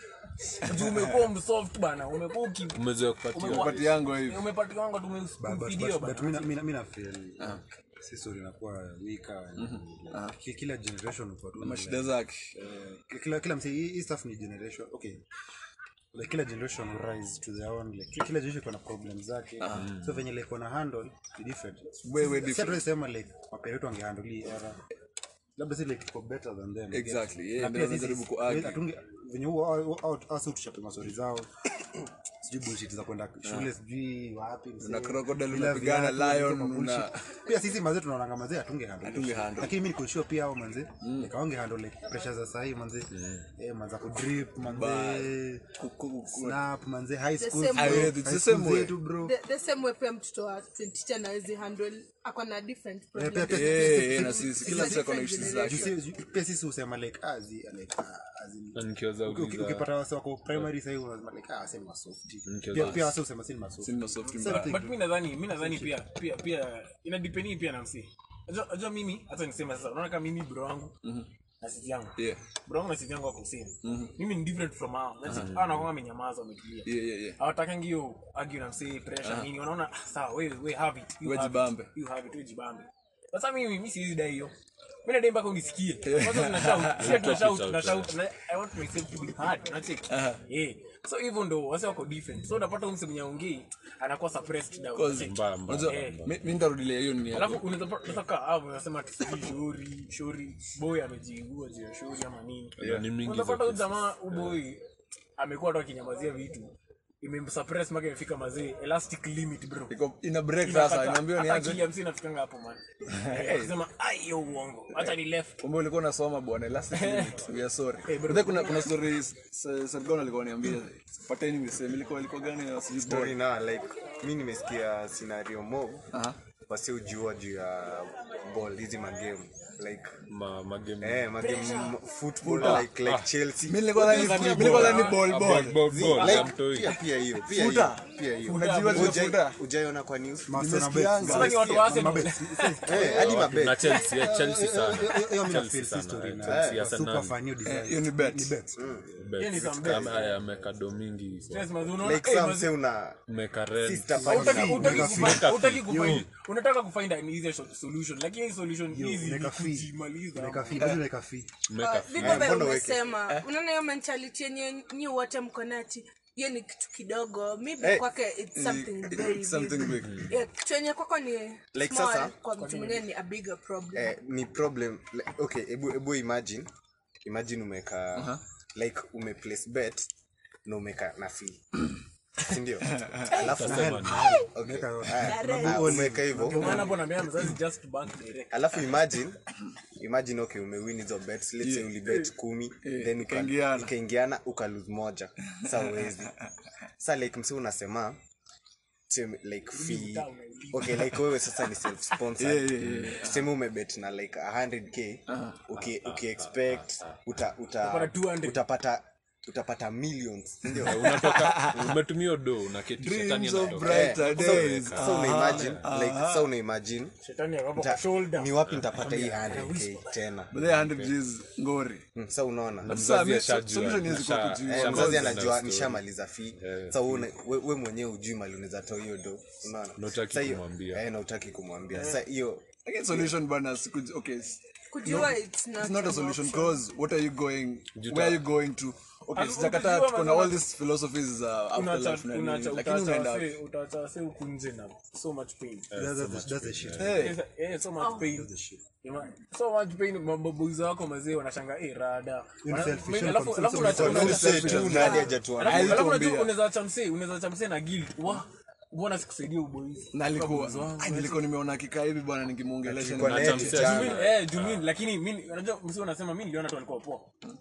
[SPEAKER 3] juu umekuwa msoft bana umekuwa uki
[SPEAKER 6] umezoea kupatiwa
[SPEAKER 1] Pati yangu hivi
[SPEAKER 3] umepatiwa wangu tumemfidio bana Ah.
[SPEAKER 2] minafelsisinakuwa wika
[SPEAKER 3] Mhm.
[SPEAKER 2] kila generation uko tu
[SPEAKER 1] na
[SPEAKER 2] like,
[SPEAKER 1] mashida zake
[SPEAKER 2] eh, kila kila msee, hii- hii stuff ni generation okay like kila generation will rise to their own like kila generation iko na problem zake so venye like wana handle ni different
[SPEAKER 1] Way, way
[SPEAKER 2] Sasa
[SPEAKER 1] Ah. different.
[SPEAKER 2] hatuwezi sema like mapere wetu wangehandle hii era labda si like tuko better than them I guess.
[SPEAKER 1] Exactly, yeah,
[SPEAKER 2] Na
[SPEAKER 1] ndio
[SPEAKER 2] pia
[SPEAKER 1] najaribu
[SPEAKER 2] sisi,
[SPEAKER 1] ku-argue.
[SPEAKER 2] hatunge- venye huo asu tushape masori zao <coughs> sijui bullshit za kwenda shule sijui wapi msee,
[SPEAKER 1] Ah. Una crocodile,
[SPEAKER 2] bila
[SPEAKER 1] unapigana
[SPEAKER 2] viatu,
[SPEAKER 1] lion,
[SPEAKER 2] unatoka
[SPEAKER 1] una-
[SPEAKER 2] bullshit. pia sisi mazee tunaonanga mazee hatunge handle
[SPEAKER 1] Hatunge handle.
[SPEAKER 2] lakini mi nikushua pia ao manze
[SPEAKER 1] Mm.
[SPEAKER 2] nikaonge handle pressure za sahii manze eh, manza kudrip manze
[SPEAKER 1] Ku- ku- ku-
[SPEAKER 2] snap manze high school
[SPEAKER 5] same
[SPEAKER 2] bro.
[SPEAKER 5] way.
[SPEAKER 1] Yeah, it's the
[SPEAKER 2] High
[SPEAKER 1] same
[SPEAKER 2] school
[SPEAKER 1] way.
[SPEAKER 2] zetu, bro
[SPEAKER 5] the, the same way pia mtoto wa 2010 awezi handle ako na different
[SPEAKER 2] Eh, pia-
[SPEAKER 5] problem
[SPEAKER 2] pia-
[SPEAKER 1] Yeah,
[SPEAKER 2] pia-
[SPEAKER 1] yeah, na sisi kila mtu ako na
[SPEAKER 2] <laughs>
[SPEAKER 1] issues
[SPEAKER 2] Juu
[SPEAKER 1] zake
[SPEAKER 2] si- juu pia sisi husema like ah, zi- like, ah, as in-
[SPEAKER 6] Na nikiweza
[SPEAKER 2] Uki- uki-
[SPEAKER 6] uliza-
[SPEAKER 2] ukipata wase wako primary sahii unasema like ah, sasa ni masofti
[SPEAKER 6] Nikiweza
[SPEAKER 2] Pia- pia wase husema sasa ni masofti
[SPEAKER 1] Si ni masoft
[SPEAKER 2] Same
[SPEAKER 1] mbaya.
[SPEAKER 2] thing.
[SPEAKER 3] but mi nadhani mi nadhani pia pia pia inadipeni pia na msee Unajua- unajua mimi hata niseme sasa unaona kama mimi bro wangu na sisi yangu
[SPEAKER 1] Mhm. Yeah. Mhm.
[SPEAKER 3] bro wangu na sisi yangu wako same mimi ni different from hao That's it. hao nakuwa wamenyamaza wametulia
[SPEAKER 1] Ah, Yeah, yeah, yeah.
[SPEAKER 3] hawatakangi hiyo argue na msee pressure nini wanaona "Ah, sawa wewe we have it you
[SPEAKER 1] We
[SPEAKER 3] have it.
[SPEAKER 1] jibambe."
[SPEAKER 3] you have it we jibambe sasa mimi mimi siwezi dai hiyo mimi nadai
[SPEAKER 1] <laughs>
[SPEAKER 3] mpaka unisikie kwanza tuna shout sisi tuna shout tuna shout na I want myself to be hard na check eh so hivyo ndo wase wako different so unapata huyu msemo ongei anakuwa suppressed down
[SPEAKER 1] Cause-
[SPEAKER 3] Unacheki?
[SPEAKER 6] mbaya
[SPEAKER 1] Unajua,
[SPEAKER 6] mbaya
[SPEAKER 1] mi- mi nitarudilia hiyo ni
[SPEAKER 3] alafu unaweza pa- unaweza kaa hapo unasema tusijui shauri shauri boy amejiigua juu ya shauri ama nini
[SPEAKER 6] Yeah. Ni mingi za
[SPEAKER 3] unapata huyu
[SPEAKER 6] cases.
[SPEAKER 3] jamaa huyu boy amekuwa tu akinyamazia vitu imemsuppress mpaka imefika mazee elastic limit bro
[SPEAKER 1] iko ina break sasa inaambiwa nianze
[SPEAKER 3] nianze nafikanga hapo
[SPEAKER 6] <laughs>
[SPEAKER 3] man sema aiyo uongo hata ni left
[SPEAKER 1] kumbe ulikuwa unasoma bwana elastic limit we are sorry hey, kuna kuna story Sergon alikuwa ananiambia pateni mseme ilikuwa ilikuwa gani na sijui
[SPEAKER 4] story
[SPEAKER 1] boy
[SPEAKER 4] na like mi nimesikia scenario mo wasi ujua juu ya ball hizi magame like
[SPEAKER 6] Ma- magame-
[SPEAKER 4] eh magame m- football like like chelsea
[SPEAKER 1] Ah. mimi nilikuwa nani mimi nilikuwa nani ball
[SPEAKER 6] Ah, Ball,
[SPEAKER 1] ball
[SPEAKER 6] ball, ball,
[SPEAKER 4] like
[SPEAKER 6] hamtoi.
[SPEAKER 4] pia pia hiyo pia hiyo
[SPEAKER 1] Futa.
[SPEAKER 4] pia hiyo
[SPEAKER 1] unajua zile
[SPEAKER 4] Ujai-
[SPEAKER 1] futa
[SPEAKER 4] ujaiona kwa news
[SPEAKER 2] Master na
[SPEAKER 4] Nimesikianga.
[SPEAKER 2] bets.
[SPEAKER 3] sasa ni watu wa Arsenal.
[SPEAKER 6] <laughs>
[SPEAKER 4] Eh, hadi mabet
[SPEAKER 6] na Chelsea, yeah, Chelsea sana.
[SPEAKER 2] Hiyo- hiyo- hiyo mi na
[SPEAKER 6] Chelsea
[SPEAKER 2] feel si
[SPEAKER 6] sana,
[SPEAKER 2] story
[SPEAKER 6] eh,
[SPEAKER 2] na-
[SPEAKER 6] Chelsea
[SPEAKER 2] ya
[SPEAKER 6] hasa
[SPEAKER 2] super
[SPEAKER 6] nani.
[SPEAKER 2] fan, hiyo design.
[SPEAKER 1] Eh, hiyo ni bet.
[SPEAKER 2] Ni bet.
[SPEAKER 6] Bet.
[SPEAKER 3] Hiyo ni some bet.
[SPEAKER 6] Kama haya, ameka domingi
[SPEAKER 3] Stress mazee, unaona,
[SPEAKER 4] like
[SPEAKER 3] eh,
[SPEAKER 4] some
[SPEAKER 3] mazee,
[SPEAKER 4] say una
[SPEAKER 6] ameka red.
[SPEAKER 4] sister
[SPEAKER 3] hautaki-
[SPEAKER 4] party.
[SPEAKER 3] hautaki
[SPEAKER 2] Mega
[SPEAKER 3] kufa-
[SPEAKER 6] fit.
[SPEAKER 3] hautaki kufind unataka kufind an easier so- solution lakini hii solution easy ni
[SPEAKER 2] Unaweka fee.
[SPEAKER 3] kujimaliza
[SPEAKER 2] Unaweka fee. Lazima
[SPEAKER 1] Eh.
[SPEAKER 2] unaweka fee.
[SPEAKER 6] Ameka
[SPEAKER 5] Viko vile
[SPEAKER 6] fit.
[SPEAKER 4] mbona weke?
[SPEAKER 5] Uh, umesema unaona hiyo mentality yenye nyi wote mkonati hiyo ni kitu kidogo maybe
[SPEAKER 4] Eh,
[SPEAKER 5] kwake it's something
[SPEAKER 1] it-
[SPEAKER 5] very
[SPEAKER 1] it's something
[SPEAKER 5] big.
[SPEAKER 1] big.
[SPEAKER 5] Yeah, kitu yenye kwako ni
[SPEAKER 4] Like
[SPEAKER 5] small,
[SPEAKER 4] sasa-
[SPEAKER 5] kwa mtu mwingine ni a bigger problem
[SPEAKER 4] eh, ni problem like, okay ebu, ebu imagine imagine umeka like umeplace bet na umeka na fee sindio alafu Okay. Aya,
[SPEAKER 5] Direct.
[SPEAKER 4] ah, umeka hivyo
[SPEAKER 3] maana hapo naambia mzazi just bank direct
[SPEAKER 4] alafu imagine imagine okay umewin hizo bets let's say ulibet kumi then ika-
[SPEAKER 1] Eh, ikaingiana.
[SPEAKER 4] ikaingiana ukalose moja sa uwezi sa like msi unasema tuseme like fee okay like wewe sasa ni self sponsored
[SPEAKER 1] Yeah, yeah, yeah, Ah.
[SPEAKER 4] tuseme umebet na like 100k uki uki expect uta uta
[SPEAKER 3] Utapata 200.
[SPEAKER 4] utapata utapata millions <laughs> Eh, sindio
[SPEAKER 6] unatoka umetumia do unaketi shetani
[SPEAKER 1] Dreams of
[SPEAKER 6] anatoka.
[SPEAKER 1] brighter days.
[SPEAKER 4] so unaimagine like so unaimagine
[SPEAKER 3] shetani akapa
[SPEAKER 4] nita-
[SPEAKER 3] kwa shoulder
[SPEAKER 4] ni wapi nitapata hii 100k tena
[SPEAKER 1] But there are 100 Gs ngori.
[SPEAKER 4] Mm, so unaona
[SPEAKER 1] Sasa,
[SPEAKER 6] Mzazi
[SPEAKER 1] mi-
[SPEAKER 6] ashajua,
[SPEAKER 1] solution haiwezi kuwa
[SPEAKER 6] asha-
[SPEAKER 1] kujua.
[SPEAKER 4] Eh,
[SPEAKER 6] asha-
[SPEAKER 4] mzazi
[SPEAKER 6] asha-
[SPEAKER 4] anajua
[SPEAKER 6] asha-
[SPEAKER 4] nishamaliza fi sa we, we mwenyewe ujui mali unaweza toa hiyo do unaona
[SPEAKER 6] Na hutaki
[SPEAKER 4] Sa hiyo-
[SPEAKER 6] kumwambia.
[SPEAKER 4] eh, na hutaki kumwambia sa hiyo
[SPEAKER 1] Lakini solution bana siku- okay, it's-
[SPEAKER 5] kujua it's not
[SPEAKER 1] it's not a
[SPEAKER 5] an
[SPEAKER 1] solution
[SPEAKER 5] option.
[SPEAKER 1] because what are you going
[SPEAKER 6] Juta.
[SPEAKER 1] where are you going to okay
[SPEAKER 3] Al-
[SPEAKER 1] sijakataa
[SPEAKER 3] ukijua
[SPEAKER 1] tuko na
[SPEAKER 3] mazao-
[SPEAKER 1] all these philosophies za afterlife na nini, lakini unaenda wapi? Eh.
[SPEAKER 3] utawachawase huku nje na so much pain
[SPEAKER 1] Hey,
[SPEAKER 3] Sasa, eh, so much pain. Ima- so much pain mabobuza wako mazee wanashanga eh, rada Wana-
[SPEAKER 2] selfish,
[SPEAKER 3] alafu-
[SPEAKER 2] you're
[SPEAKER 3] alafu
[SPEAKER 2] selfish,
[SPEAKER 3] unacha-
[SPEAKER 2] you're
[SPEAKER 3] unacha-
[SPEAKER 4] nani ajatuana
[SPEAKER 3] alafu- alafu
[SPEAKER 1] Alituambia.
[SPEAKER 3] unajua unaweza wacha msee unaweza wacha msee na guilt wa mbona sikusaidia uboizi
[SPEAKER 1] na alikuwa Ai, nilikuwa nimeona akikaa hivi bwana nikimwongelesha
[SPEAKER 4] Tulikuwa
[SPEAKER 1] nime-
[SPEAKER 4] naye
[SPEAKER 6] Acha
[SPEAKER 4] kijana.
[SPEAKER 6] msichana.
[SPEAKER 3] Eh, juu mimi- lakini mimi- unajua msee unasema mimi niliona tu alikuwa poa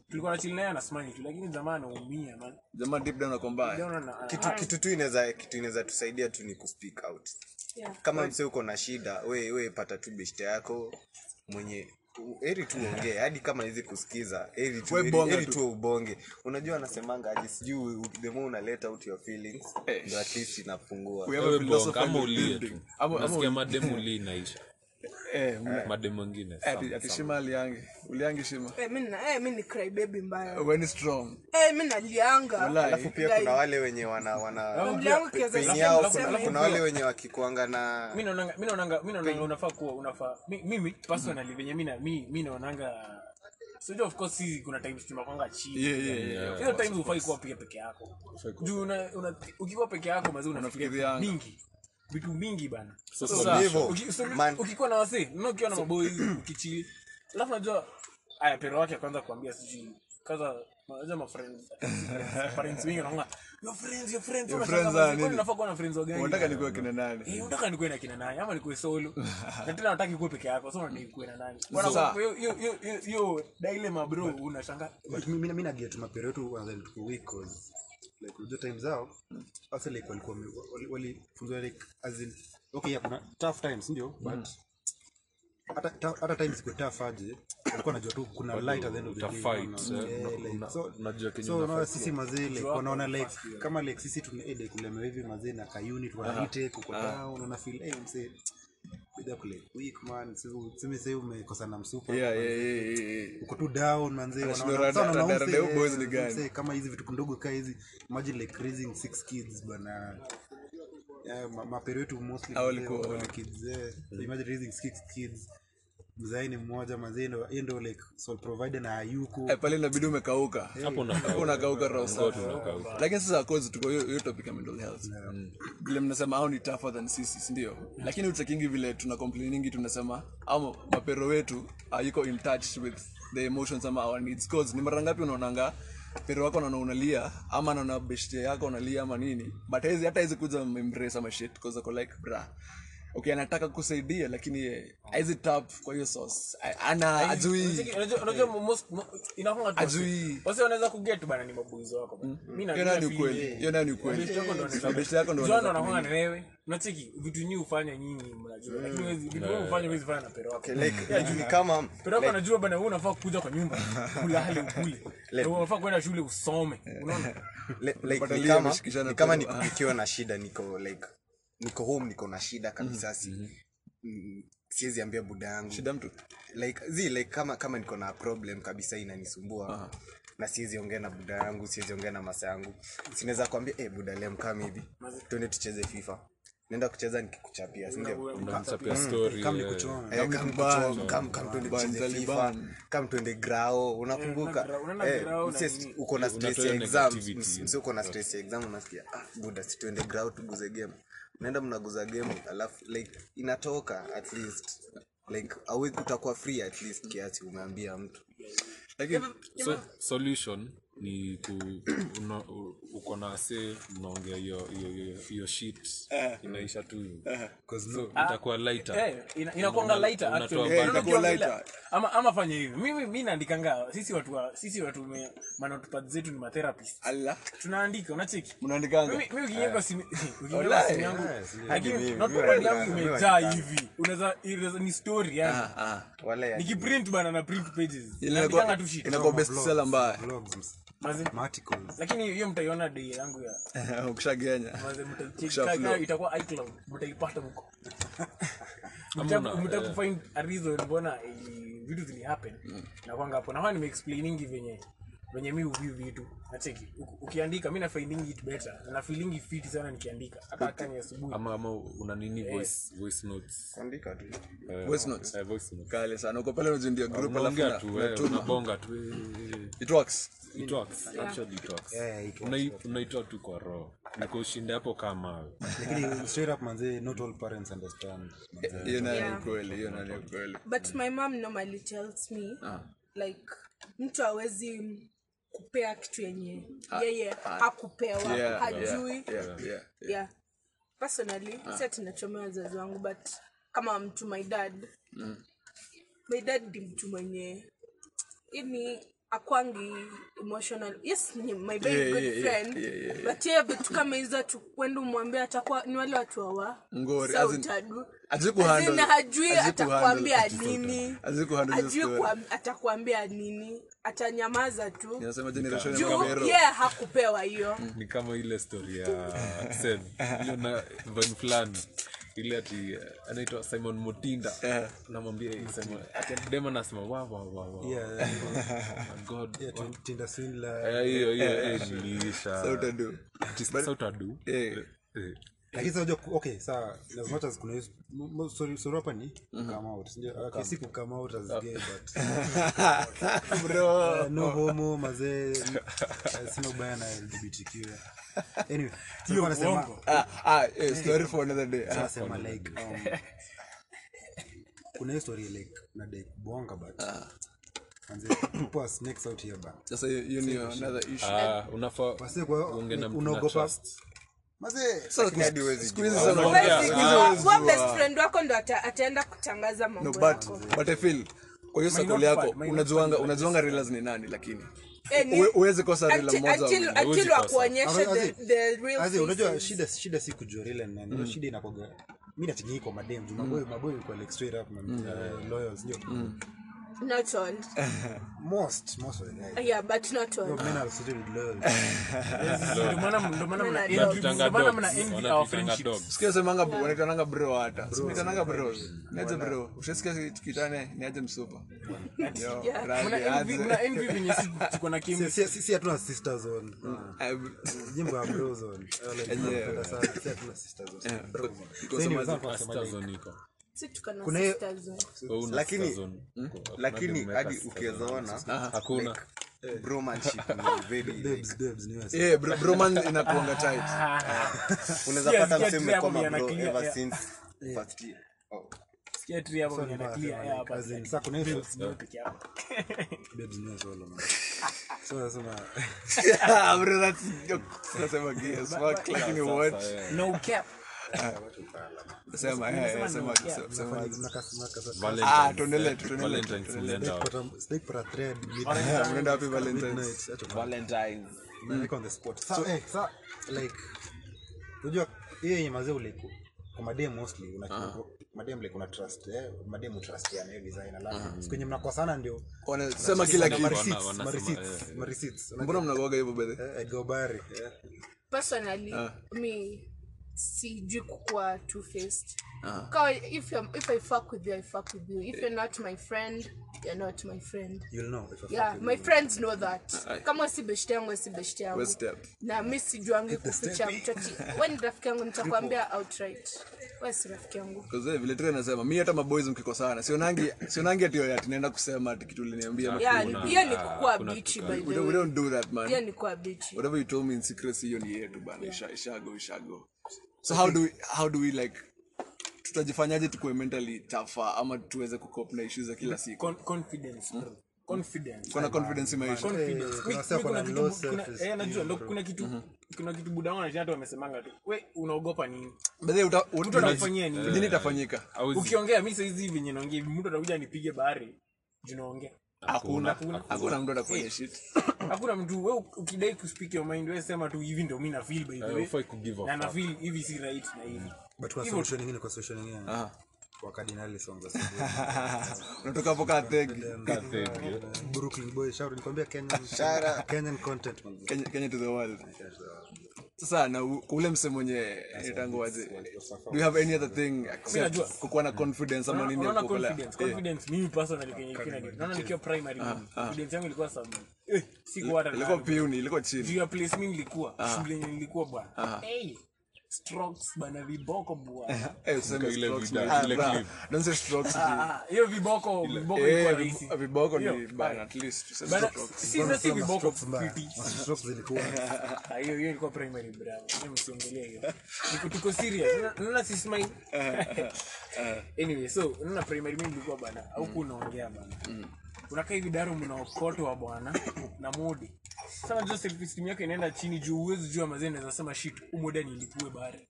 [SPEAKER 3] tulikuwa na chill naye anasmile tu lakini jamaa anaumia man
[SPEAKER 1] jamaa deep down ako mbaya
[SPEAKER 3] Unaona na-
[SPEAKER 4] kitu kitu tu inaweza kitu inaweza tusaidia tu ni kuspeak out
[SPEAKER 5] Yeah.
[SPEAKER 4] kama mse uko na shida we we pata tu beshte yako mwenye u- heri tu uongee hadi kama hizi kusikiza heri tu
[SPEAKER 1] We
[SPEAKER 4] heri-
[SPEAKER 1] bonga
[SPEAKER 4] heri
[SPEAKER 1] tu.
[SPEAKER 4] tu ubonge unajua anasemanga aje sijui u- the more una let out your feelings ndo at least
[SPEAKER 1] We
[SPEAKER 4] inapungua
[SPEAKER 1] have a
[SPEAKER 6] Wewe
[SPEAKER 1] philosopher
[SPEAKER 6] bonga,
[SPEAKER 1] in
[SPEAKER 6] ama
[SPEAKER 1] the
[SPEAKER 6] ulie
[SPEAKER 1] building.
[SPEAKER 6] tu
[SPEAKER 1] Ama- ama
[SPEAKER 6] nasikia
[SPEAKER 1] ulie.
[SPEAKER 6] mademu ulii inaisha
[SPEAKER 1] Eh, mna-
[SPEAKER 6] mademu wengine
[SPEAKER 1] ati- ati shima aliangi uliangi shima
[SPEAKER 5] Eh, mi na- eh, mi ni crybaby mbaya
[SPEAKER 1] When it's strong
[SPEAKER 5] Eh, mi nalianga
[SPEAKER 4] alafu pia kuna wale wenye wana <laughs> wana
[SPEAKER 5] Mwili wangu kiweza
[SPEAKER 4] pain
[SPEAKER 5] kusema
[SPEAKER 4] yao
[SPEAKER 5] niseme
[SPEAKER 4] kuna,
[SPEAKER 5] hivyo.
[SPEAKER 4] kuna wale wenye wakikuanga na
[SPEAKER 3] mi naonanga mi naonanga mi naonanga unafaa kuwa unafaa mi- mimi personally venye mi na- mi mi naonanga sijua of course hizi kuna times tunakwanga chini
[SPEAKER 1] Yeah, yeah, yeah, yeah.
[SPEAKER 3] hiyo times hufai kuwa pia peke yako juu una, una, ukiwa peke yako mazi unafikiria vitu
[SPEAKER 1] Unafikirianga.
[SPEAKER 3] mingi vitu mingi bana
[SPEAKER 4] sasa, hivyo,
[SPEAKER 3] uki- so-
[SPEAKER 4] man-
[SPEAKER 3] ukikuwa na wasi na ukiwa na maboi ukichili alafu najua aya pero wake akaanza kuambia sijui kaza unajua mafriends friends wengi wanaona your friends your friends
[SPEAKER 1] Your
[SPEAKER 3] unashangaa,
[SPEAKER 1] friends
[SPEAKER 3] mazi,
[SPEAKER 1] are
[SPEAKER 3] kwani
[SPEAKER 1] nini?
[SPEAKER 3] nafaa kuwa na friends wa gani
[SPEAKER 1] unataka nikuwe kina
[SPEAKER 3] Eh,
[SPEAKER 1] nani
[SPEAKER 3] unataka nikuwe na kina nani ama nikuwe
[SPEAKER 1] <laughs>
[SPEAKER 3] solo na tena nataki kuwe peke yako so unataka kuwe na nani
[SPEAKER 1] Sasa-
[SPEAKER 3] Bwana, kwa hiyo- hiyo- hiyo- hiyo- hiyo dilema bro unashanga
[SPEAKER 2] mi nagia tu mapero yetu wanza ni tuko weak 'cause, like unajua time zao hasa like walikuwa wame- wali- walifunzwa like as in okay yeah, kuna tough times ndio but hata ta- hata times iko tough aje walikuwa najua tu kuna light at the end of the day
[SPEAKER 6] utafight,
[SPEAKER 2] unaona?
[SPEAKER 6] eh,
[SPEAKER 2] Yeah,
[SPEAKER 6] una-
[SPEAKER 2] like,
[SPEAKER 6] una-
[SPEAKER 2] so-
[SPEAKER 6] unajua kenye
[SPEAKER 2] so
[SPEAKER 6] unafight
[SPEAKER 2] unaona sisi mazee like wanaona like kama like sisi tunalemewa hivi mazee na kayuni tuwanite kuko down unaona feel eh msee bidhaa kule weak man sisi sasa umekosana msupa
[SPEAKER 1] Yeah, yeah, yeah, yeah, yeah.
[SPEAKER 2] uko tu down manzee
[SPEAKER 1] Anashindwa
[SPEAKER 2] wanaona- sasa
[SPEAKER 1] rada-
[SPEAKER 2] wanaona
[SPEAKER 1] rada- rada-
[SPEAKER 2] mse-
[SPEAKER 1] boys ni
[SPEAKER 2] mse-
[SPEAKER 1] gani?
[SPEAKER 2] kama hizi vitu ndogo kaa hizi imagine like raising six kids bana Yeah, ma- mapero yetu mostly
[SPEAKER 1] Hao
[SPEAKER 2] mzee,
[SPEAKER 1] walikuwa-
[SPEAKER 2] wana kids, eh. So imagine raising six kids mzaini mmoja mazee ndo yeye ndo like sole provider na hayuko
[SPEAKER 1] Eh, pale inabidi umekauka
[SPEAKER 6] hapo
[SPEAKER 1] Hapo
[SPEAKER 6] unakauka
[SPEAKER 1] unakauka roho safi.
[SPEAKER 6] unakauka.
[SPEAKER 1] lakini sasa cause tuko hiyo hiyo topic ya mental health Mm. vile mnasema au ni tougher than sisi sindio lakini utakingi vile tuna complainingi tunasema au mapero wetu hayuko in touch with the emotions ama our needs cause ni mara ngapi unaonanga pero wako naona unalia ama naona beshte yako unalia ama nini but hezi hata hezi kuja embrace ama shit cause ako like bra okay anataka kusaidia lakini eh, haizi tap kwa hiyo source A- ana ajui Eh.
[SPEAKER 3] Unacheki- Eh, unajua- unajua most- mo- inakuanga tu-
[SPEAKER 1] Ajui. Mm.
[SPEAKER 3] wase wanaweza kuget bana ni mabuizo wako bana. Mi na-
[SPEAKER 1] hiyo
[SPEAKER 3] mi na
[SPEAKER 1] nayo ni
[SPEAKER 3] feeling
[SPEAKER 1] ukweli
[SPEAKER 3] hiyo.
[SPEAKER 1] hiyo nayo ni ukweli
[SPEAKER 3] Mabeshte yako ndo wanaweza-
[SPEAKER 1] mabeshte yako ndo
[SPEAKER 3] Juu wao ndo
[SPEAKER 1] wanaweza
[SPEAKER 3] wanakuanga na wewe unacheki vitu nyinyi hufanya nyinyi
[SPEAKER 1] Mm.
[SPEAKER 3] mnajua lakini huwezi- vitu wewe hufanya huwezi fanya na pero wako
[SPEAKER 4] <laughs> like yeah, ni kama
[SPEAKER 3] pero wako anajua bana wewe unafaa kuja kwa
[SPEAKER 1] <laughs>
[SPEAKER 3] nyumba ulale ukule Na wewe unafaa kwenda shule usome unaona
[SPEAKER 4] le, like,
[SPEAKER 1] Unapata
[SPEAKER 4] ni
[SPEAKER 1] lia
[SPEAKER 4] kama,
[SPEAKER 1] ameshikishana Ah.
[SPEAKER 4] ni kama
[SPEAKER 1] tu.
[SPEAKER 4] niko- nikiwa na shida niko like niko home niko na shida kabisa si mm, siwezi ambia buda yangu
[SPEAKER 1] Mhm. shida mtu
[SPEAKER 4] like zi like kama kama niko na problem kabisa inanisumbua na siwezi ongea na buda yangu siwezi ongea na masa yangu sinaweza kuambia eh buda lem kama hivi tuende tucheze fifa naenda kucheza nikikuchapia sindio
[SPEAKER 6] unamchapia story
[SPEAKER 2] kama
[SPEAKER 6] eh.
[SPEAKER 2] nikuchona
[SPEAKER 4] Eh,
[SPEAKER 3] Yaani
[SPEAKER 4] kam
[SPEAKER 1] Taliban.
[SPEAKER 4] tucho- kam- kam tuende
[SPEAKER 1] Taliban,
[SPEAKER 4] tucheze FIFA,
[SPEAKER 1] Taliban.
[SPEAKER 4] kam tuende grao unakumbuka
[SPEAKER 3] unaenda grao, unaenda
[SPEAKER 4] Eh,
[SPEAKER 3] grao na
[SPEAKER 4] mse-
[SPEAKER 3] nini.
[SPEAKER 4] uko na
[SPEAKER 6] Unatoa
[SPEAKER 4] stress ya
[SPEAKER 6] hiyo
[SPEAKER 4] exam
[SPEAKER 6] negativity,
[SPEAKER 4] mse-
[SPEAKER 6] yeah.
[SPEAKER 4] mse uko na stress ya exam unasikia ah buda si tuende grao tuguze game naenda mnaguza game alafu like inatoka at least like awe utakuwa free at least kiasi umeambia mtu
[SPEAKER 1] lakini
[SPEAKER 6] so, solution ni ku, una, u- uko na se mnaongea hiyo- hiyo- hiyo- hiyo shit
[SPEAKER 1] Eh.
[SPEAKER 6] inaisha tu hivyo. so, itakuwa lighter
[SPEAKER 3] Eh, ina- inakuanga
[SPEAKER 6] Una-
[SPEAKER 3] lighter
[SPEAKER 6] unatoa
[SPEAKER 3] actually.
[SPEAKER 6] vibe.
[SPEAKER 3] Unaona
[SPEAKER 1] Inakuwa
[SPEAKER 3] ukiwa
[SPEAKER 1] lighter.
[SPEAKER 3] bila- ama ama fanya hivi mimi mi naandikanga sisi watu wa- sisi watu me- manotipad zetu ni matherapist
[SPEAKER 1] ala
[SPEAKER 3] tunaandika unacheki
[SPEAKER 1] mnaandikanga
[SPEAKER 3] Mimi- mimi ukinyeka <laughs> simu ukinyeka
[SPEAKER 1] Walai.
[SPEAKER 3] simu yangu lakini
[SPEAKER 4] mimi,
[SPEAKER 3] notepad
[SPEAKER 4] mimi
[SPEAKER 3] yangu
[SPEAKER 4] naandika. Ah.
[SPEAKER 3] imejaa
[SPEAKER 4] Mimi
[SPEAKER 3] hivi unaweza inaweza- ni story
[SPEAKER 1] Ah,
[SPEAKER 3] yani
[SPEAKER 4] wala ya
[SPEAKER 3] nikiprint bana na print pages
[SPEAKER 1] Ile
[SPEAKER 3] naandikanga
[SPEAKER 1] Yaani inakuwa
[SPEAKER 3] tu shit
[SPEAKER 1] inakuwa best seller mbaya
[SPEAKER 2] blogs
[SPEAKER 3] Mazi-
[SPEAKER 2] Articles.
[SPEAKER 3] lakini hiyo mtaiona dei yangu ya
[SPEAKER 1] <laughs> ukishagenya
[SPEAKER 3] mazi- mtai-
[SPEAKER 1] Ukishaflow.
[SPEAKER 3] kaa- kaa itakuwa icloud mtaipata huko
[SPEAKER 6] una-
[SPEAKER 3] mtaka
[SPEAKER 6] eh.
[SPEAKER 3] kufind a reason mbona ili- vitu zilihappen na kwanga hapo nakaa nimeexplainingi venye venye mi uviu vitu nacheki Uki- ukiandika mi nafindingi it better na feelingi fiti sana nikiandika hata akani asubuhi
[SPEAKER 6] ama ama una nini voice voice notes
[SPEAKER 4] andika tu
[SPEAKER 6] Eh,
[SPEAKER 1] Voice notes?
[SPEAKER 6] eh, voice notes
[SPEAKER 1] kale sana uko pale unajiundia group alafu
[SPEAKER 6] unaongea
[SPEAKER 1] na-
[SPEAKER 6] tu eh,
[SPEAKER 1] unatuma.
[SPEAKER 6] unabonga tu eh, eh,
[SPEAKER 1] it works
[SPEAKER 6] eh. It works, actually it works.
[SPEAKER 2] Eh, it works,
[SPEAKER 6] Unai- unaitoa tu kwa roho nikuushinda hapo kama
[SPEAKER 2] Lakini straight up manze, not all parents understand.
[SPEAKER 6] Eh.
[SPEAKER 2] manze.
[SPEAKER 1] hiyo nayo ni
[SPEAKER 5] Yeah.
[SPEAKER 1] ukweli hiyo nayo ni ukweli
[SPEAKER 5] but my mom normally tells me
[SPEAKER 1] Ah.
[SPEAKER 5] like mtu hawezi kupea kitu yenye
[SPEAKER 4] Ah,
[SPEAKER 5] yeye hakupewa
[SPEAKER 1] Yeah,
[SPEAKER 5] hajui
[SPEAKER 1] yeah, yeah, yeah. Ah.
[SPEAKER 5] yeah personally si ati nachomea wazazi wangu but kama mtu my dad
[SPEAKER 1] Mm.
[SPEAKER 5] my dad ni mtu mwenye ini akwangi emotional yes ni my very
[SPEAKER 1] Yeah,
[SPEAKER 5] good
[SPEAKER 1] yeah, yeah,
[SPEAKER 5] friend
[SPEAKER 1] yeah, yeah,
[SPEAKER 5] but yeye vitu kama hizo tu kwenda umwambia atakuwa ni wale watu wawa
[SPEAKER 1] Ngori,
[SPEAKER 5] Sasa
[SPEAKER 1] as in-
[SPEAKER 5] utadu.
[SPEAKER 1] Hajui
[SPEAKER 5] As
[SPEAKER 1] kuhandle-
[SPEAKER 5] in, hajui
[SPEAKER 1] hajui kuhandle
[SPEAKER 5] atakwambia
[SPEAKER 1] episode.
[SPEAKER 5] nini
[SPEAKER 1] Hajui kuhandle hiyo
[SPEAKER 5] Hajui
[SPEAKER 1] story.
[SPEAKER 5] kuam- atakwambia nini atanyamaza tu
[SPEAKER 1] Inasema generation ya
[SPEAKER 5] juu
[SPEAKER 1] Mkabero.
[SPEAKER 5] ye hakupewa hiyo
[SPEAKER 1] Mm.
[SPEAKER 6] ni kama ile story ya Sen, ile na van fulani ile ati eh, anaitwa simon motinda namwambia hii Simon- ati dem anasema "Wa, wa, wa, wa, wa."
[SPEAKER 2] Yeah, yeah.
[SPEAKER 6] Oh My God,
[SPEAKER 2] Yeah,
[SPEAKER 6] wa-
[SPEAKER 2] tin- Tinder swindler.
[SPEAKER 6] Eh, hiyo hiyo eh, niliisha
[SPEAKER 1] Sasa utadu.
[SPEAKER 6] Ati sasa
[SPEAKER 1] <laughs>
[SPEAKER 6] utadu
[SPEAKER 1] Eh.
[SPEAKER 6] Eh,
[SPEAKER 2] Lakini sasa unajua ku- okay, sawa, as much as kuna hizo- mo- mo- sorry- sorry hapa ni
[SPEAKER 6] Mhm.
[SPEAKER 2] come out, sindio? Okay, si ku come out as
[SPEAKER 6] Oh.
[SPEAKER 2] gay, but- Eh, no homo, mazee, eh, sina ubaya na LGBTQ. Anyway, sasa wanasema-
[SPEAKER 1] Ah, ah, eh, story for another day. Ah.
[SPEAKER 2] wanasema like, um, kuna hiyo story like nadai kubonga but
[SPEAKER 6] Ah.
[SPEAKER 2] manze, <coughs> people are snakes out here bana.
[SPEAKER 1] Sasa hiyo- hiyo ni another issue.
[SPEAKER 6] ah, unafaa
[SPEAKER 2] Wasee kwa-
[SPEAKER 6] uonge na mtu na
[SPEAKER 2] unaogopa
[SPEAKER 6] trust.
[SPEAKER 2] mazee
[SPEAKER 1] Sasa kus-
[SPEAKER 4] hadi huwezi
[SPEAKER 1] siku hizi
[SPEAKER 4] jua.
[SPEAKER 1] sana-
[SPEAKER 5] Basi,
[SPEAKER 1] siku hizi
[SPEAKER 5] kuwa-
[SPEAKER 1] huwezi
[SPEAKER 5] kuwa
[SPEAKER 1] jua.
[SPEAKER 5] best friend wako ndo ata- ataenda kutangaza
[SPEAKER 1] No,
[SPEAKER 5] mambo
[SPEAKER 1] but-
[SPEAKER 5] yako
[SPEAKER 1] but I feel, kwa hiyo sakoli yako unajuanga unajuanga relas ni nani lakini
[SPEAKER 5] Eh, ni-
[SPEAKER 1] Uwe- uweze kosa rela
[SPEAKER 5] Until-
[SPEAKER 1] moja
[SPEAKER 5] until-
[SPEAKER 1] au-
[SPEAKER 5] until
[SPEAKER 6] kosa.
[SPEAKER 5] wakuonyeshe
[SPEAKER 2] Azi-
[SPEAKER 5] the- the real
[SPEAKER 2] Azi, unajua
[SPEAKER 5] faces.
[SPEAKER 2] shida shida si kujua rela ni nani shida inakoga mi nategemea kwa madem tu maboy maboy kwa like straight up man uh, loyal sio
[SPEAKER 5] Not all.
[SPEAKER 2] Eh. most most of the guys
[SPEAKER 5] Yeah, but not all.
[SPEAKER 2] Yo, men are suited with loyal
[SPEAKER 3] Ndio maana- ndio maana mna
[SPEAKER 5] Ndio
[SPEAKER 3] envy-
[SPEAKER 6] Wanatutanga
[SPEAKER 3] ndio maana mna
[SPEAKER 6] dogs,
[SPEAKER 3] envy our
[SPEAKER 6] wanatutanga
[SPEAKER 3] friendships.
[SPEAKER 6] dogs.
[SPEAKER 1] sikia semanga wanaitananga bro hata simaitananga bro niaje bro ushasikia tukitane niaje msupa Yo,
[SPEAKER 5] Yeah.
[SPEAKER 1] radi,
[SPEAKER 3] Mna envy-
[SPEAKER 1] aje.
[SPEAKER 3] mna envy venye si- tuko na
[SPEAKER 2] Si-
[SPEAKER 3] chemistry.
[SPEAKER 2] si- si- si hatuna sister zone
[SPEAKER 1] Ah, bro.
[SPEAKER 2] jimbo Uh, ya bro zone Eh, like, tunapenda sana. Si hatuna sister zone. Bro zone. So anyway, sasa kwa kusema
[SPEAKER 6] Sister
[SPEAKER 2] like,
[SPEAKER 6] zone iko.
[SPEAKER 5] Si tuko na
[SPEAKER 2] Kuna hiyo-
[SPEAKER 5] sisters, eh.
[SPEAKER 6] Wewe una
[SPEAKER 4] Lakini-
[SPEAKER 6] sister zone. Uko-
[SPEAKER 4] lakini
[SPEAKER 6] umeweka
[SPEAKER 4] hadi
[SPEAKER 6] sister
[SPEAKER 4] ukiweza
[SPEAKER 6] zone.
[SPEAKER 4] ona
[SPEAKER 6] Ah, hakuna
[SPEAKER 4] like, bromanship ni
[SPEAKER 3] <laughs>
[SPEAKER 4] very like,
[SPEAKER 2] babes babes ni wewe
[SPEAKER 1] Yeah, bro- broman inakuanga tight <laughs>
[SPEAKER 4] unaweza
[SPEAKER 3] Sikia,
[SPEAKER 4] pata
[SPEAKER 3] sikia
[SPEAKER 4] mseme
[SPEAKER 3] tree hapo
[SPEAKER 4] kwamba bro
[SPEAKER 3] yanaclear,
[SPEAKER 4] ever
[SPEAKER 3] yeah.
[SPEAKER 4] since first year Oh,
[SPEAKER 3] Sikia tree hapo venye ana clear air hapa.
[SPEAKER 2] sasa kuna hiyo
[SPEAKER 3] Peke yako.
[SPEAKER 2] babes ni wewe solo man so sasa
[SPEAKER 1] Ah, bro, that's joke. Nasema gay as fuck, lakini what?
[SPEAKER 3] No cap.
[SPEAKER 1] Sema, eh, eh, sema- sema- sema- Ah,
[SPEAKER 6] Valentine's,
[SPEAKER 1] tuendelee,
[SPEAKER 6] eh,
[SPEAKER 1] tuendelee,
[SPEAKER 6] Valentine's ulienda wapi?
[SPEAKER 1] Ah, unaenda wapi Valentine's?
[SPEAKER 2] eh, unajua hiyo yenye mazee uliku kwa madem mostly una madem like una trust eh madem utrust ya nayo design alafu siku yenye mnakosana ndio
[SPEAKER 1] Wana- sema kila
[SPEAKER 2] Ma
[SPEAKER 1] kitu
[SPEAKER 2] receipts,
[SPEAKER 6] Wana-
[SPEAKER 2] ma
[SPEAKER 6] wanasema,
[SPEAKER 2] receipts,
[SPEAKER 6] eh,
[SPEAKER 2] ma receipts.
[SPEAKER 1] mbona mnakuaga hivyo bedhe
[SPEAKER 2] Eh, Edgar Obare, eh.
[SPEAKER 5] personally
[SPEAKER 2] Ah.
[SPEAKER 5] mi sijui kukuwa two faced
[SPEAKER 2] Ah.
[SPEAKER 5] Kawa, if, you're- if i fuck with you i fuck with you if you're not my friend you're not my friend
[SPEAKER 2] You'll know if I
[SPEAKER 5] yeah
[SPEAKER 2] fuck
[SPEAKER 5] my friends know that
[SPEAKER 2] Ah,
[SPEAKER 1] Aye.
[SPEAKER 5] kama si beshte yangu si beshte yangu
[SPEAKER 1] Where's step?
[SPEAKER 5] na mi sijuangi kuficha mtoti we ni rafiki yangu nitakwambia outright we si rafiki yangu
[SPEAKER 1] Kuzee, eh, vile tu anasema mi hata maboys mkikosana sionangi sionangi ati oya tunaenda kusema ati kitu uliniambia We-
[SPEAKER 5] Yeah,
[SPEAKER 6] Hakuna-
[SPEAKER 5] hiyo ni kukuwa
[SPEAKER 6] hakuna
[SPEAKER 5] bichi
[SPEAKER 6] tukali.
[SPEAKER 5] by
[SPEAKER 1] we
[SPEAKER 5] the
[SPEAKER 1] don't- we
[SPEAKER 5] way
[SPEAKER 1] don't do that man
[SPEAKER 5] hiyo ni kuwa bichi
[SPEAKER 1] whatever you told me in secrecy hiyo ni yetu bana isha ishago ishago so how do we, how do we like tutajifanyaje tukuwe mentally tafa ama tuweze kucope na issues za kila siku
[SPEAKER 3] Con- confidence, bro. Confidence.
[SPEAKER 1] kuna confidence in maisha
[SPEAKER 3] Confidence.
[SPEAKER 2] Eh,
[SPEAKER 3] Mi-
[SPEAKER 2] tunasema
[SPEAKER 3] mi kuna
[SPEAKER 2] kuna
[SPEAKER 3] kitu
[SPEAKER 2] low
[SPEAKER 3] bu- kuna-
[SPEAKER 2] self-esteem,
[SPEAKER 3] eh, najua, ndo kuna kitu- kuna kitu buda wangu anachana tu amesemanga tu we unaogopa nini
[SPEAKER 1] bedhe uta, uta,
[SPEAKER 3] atakufanyia nini?
[SPEAKER 1] nini itafanyika
[SPEAKER 6] Hauwezi-
[SPEAKER 3] ukiongea mi saizi venye naongea hivi, mtu atakuja nipige bahari junaongea
[SPEAKER 1] hakuna hakuna mtu atakufanya shit <laughs>
[SPEAKER 3] hakuna mtu we ukidai kuspeak your mind we sema tu hivi ndo mi na feel by the
[SPEAKER 6] Eh,
[SPEAKER 3] way
[SPEAKER 6] hufai kugive a
[SPEAKER 3] na
[SPEAKER 6] fuck.
[SPEAKER 3] na feel hivi si right na hivi
[SPEAKER 2] But kwa
[SPEAKER 3] Hivyo
[SPEAKER 2] solution nyingine, kwa solution nyingine. wa Cardinali Songo.
[SPEAKER 1] unatoka hapo kaa thegi
[SPEAKER 2] <laughs> Brooklyn boy shout nikwambia Kenyan
[SPEAKER 4] Shout
[SPEAKER 2] Kenyan content man.
[SPEAKER 1] Kenya, Kenya to the world. Sasa na u- kwa ule msemo mwenye nitangoaje. Do you have any other thing except
[SPEAKER 3] najua.
[SPEAKER 1] kukuwa na confidence ama nini ya
[SPEAKER 3] unaona
[SPEAKER 1] kuokolea? Eh.
[SPEAKER 3] confidence confidence mimi personally kwenye kina naona nikiwa primary mimi, confidence yangu ilikuwa sababu eh sikuwa
[SPEAKER 1] Eh,
[SPEAKER 3] hata
[SPEAKER 1] Ilikuwa
[SPEAKER 3] na-
[SPEAKER 1] piuni, ilikuwa chini.
[SPEAKER 3] juu ya place mimi nilikuwa shule yenye nilikuwa bwana hey strokes bana viboko bwana
[SPEAKER 1] Eh, useme
[SPEAKER 6] ile
[SPEAKER 1] strokes,
[SPEAKER 6] video,
[SPEAKER 1] man.
[SPEAKER 6] ile
[SPEAKER 1] Ah, bra.
[SPEAKER 6] clip.
[SPEAKER 1] Don't say strokes. please.
[SPEAKER 3] Ah, hiyo viboko viboko ilikuwa
[SPEAKER 1] Eh,
[SPEAKER 3] rahisi
[SPEAKER 1] vi- viboko ni
[SPEAKER 3] Hiyo,
[SPEAKER 1] bana at least. Useme
[SPEAKER 3] bana
[SPEAKER 1] strokes.
[SPEAKER 3] si na si viboko
[SPEAKER 2] Mbaya. <laughs>
[SPEAKER 3] pretty
[SPEAKER 2] Strokes zilikuwa
[SPEAKER 1] <laughs>
[SPEAKER 3] Ah, hiyo hiyo ilikuwa primary bravo Mimi msiongelee hiyo Niko- tuko serious Unaona- unaona si smile
[SPEAKER 1] <laughs>
[SPEAKER 3] anyway so unaona primary mimi nilikuwa bana huku
[SPEAKER 1] Mm.
[SPEAKER 3] unaongea bana unakaa hivi daru mnaokotwa bwana na modi sasa unajua self esteem yako inaenda chini juu uwezi jua mazee naweza sema shit umoda nilipue bahari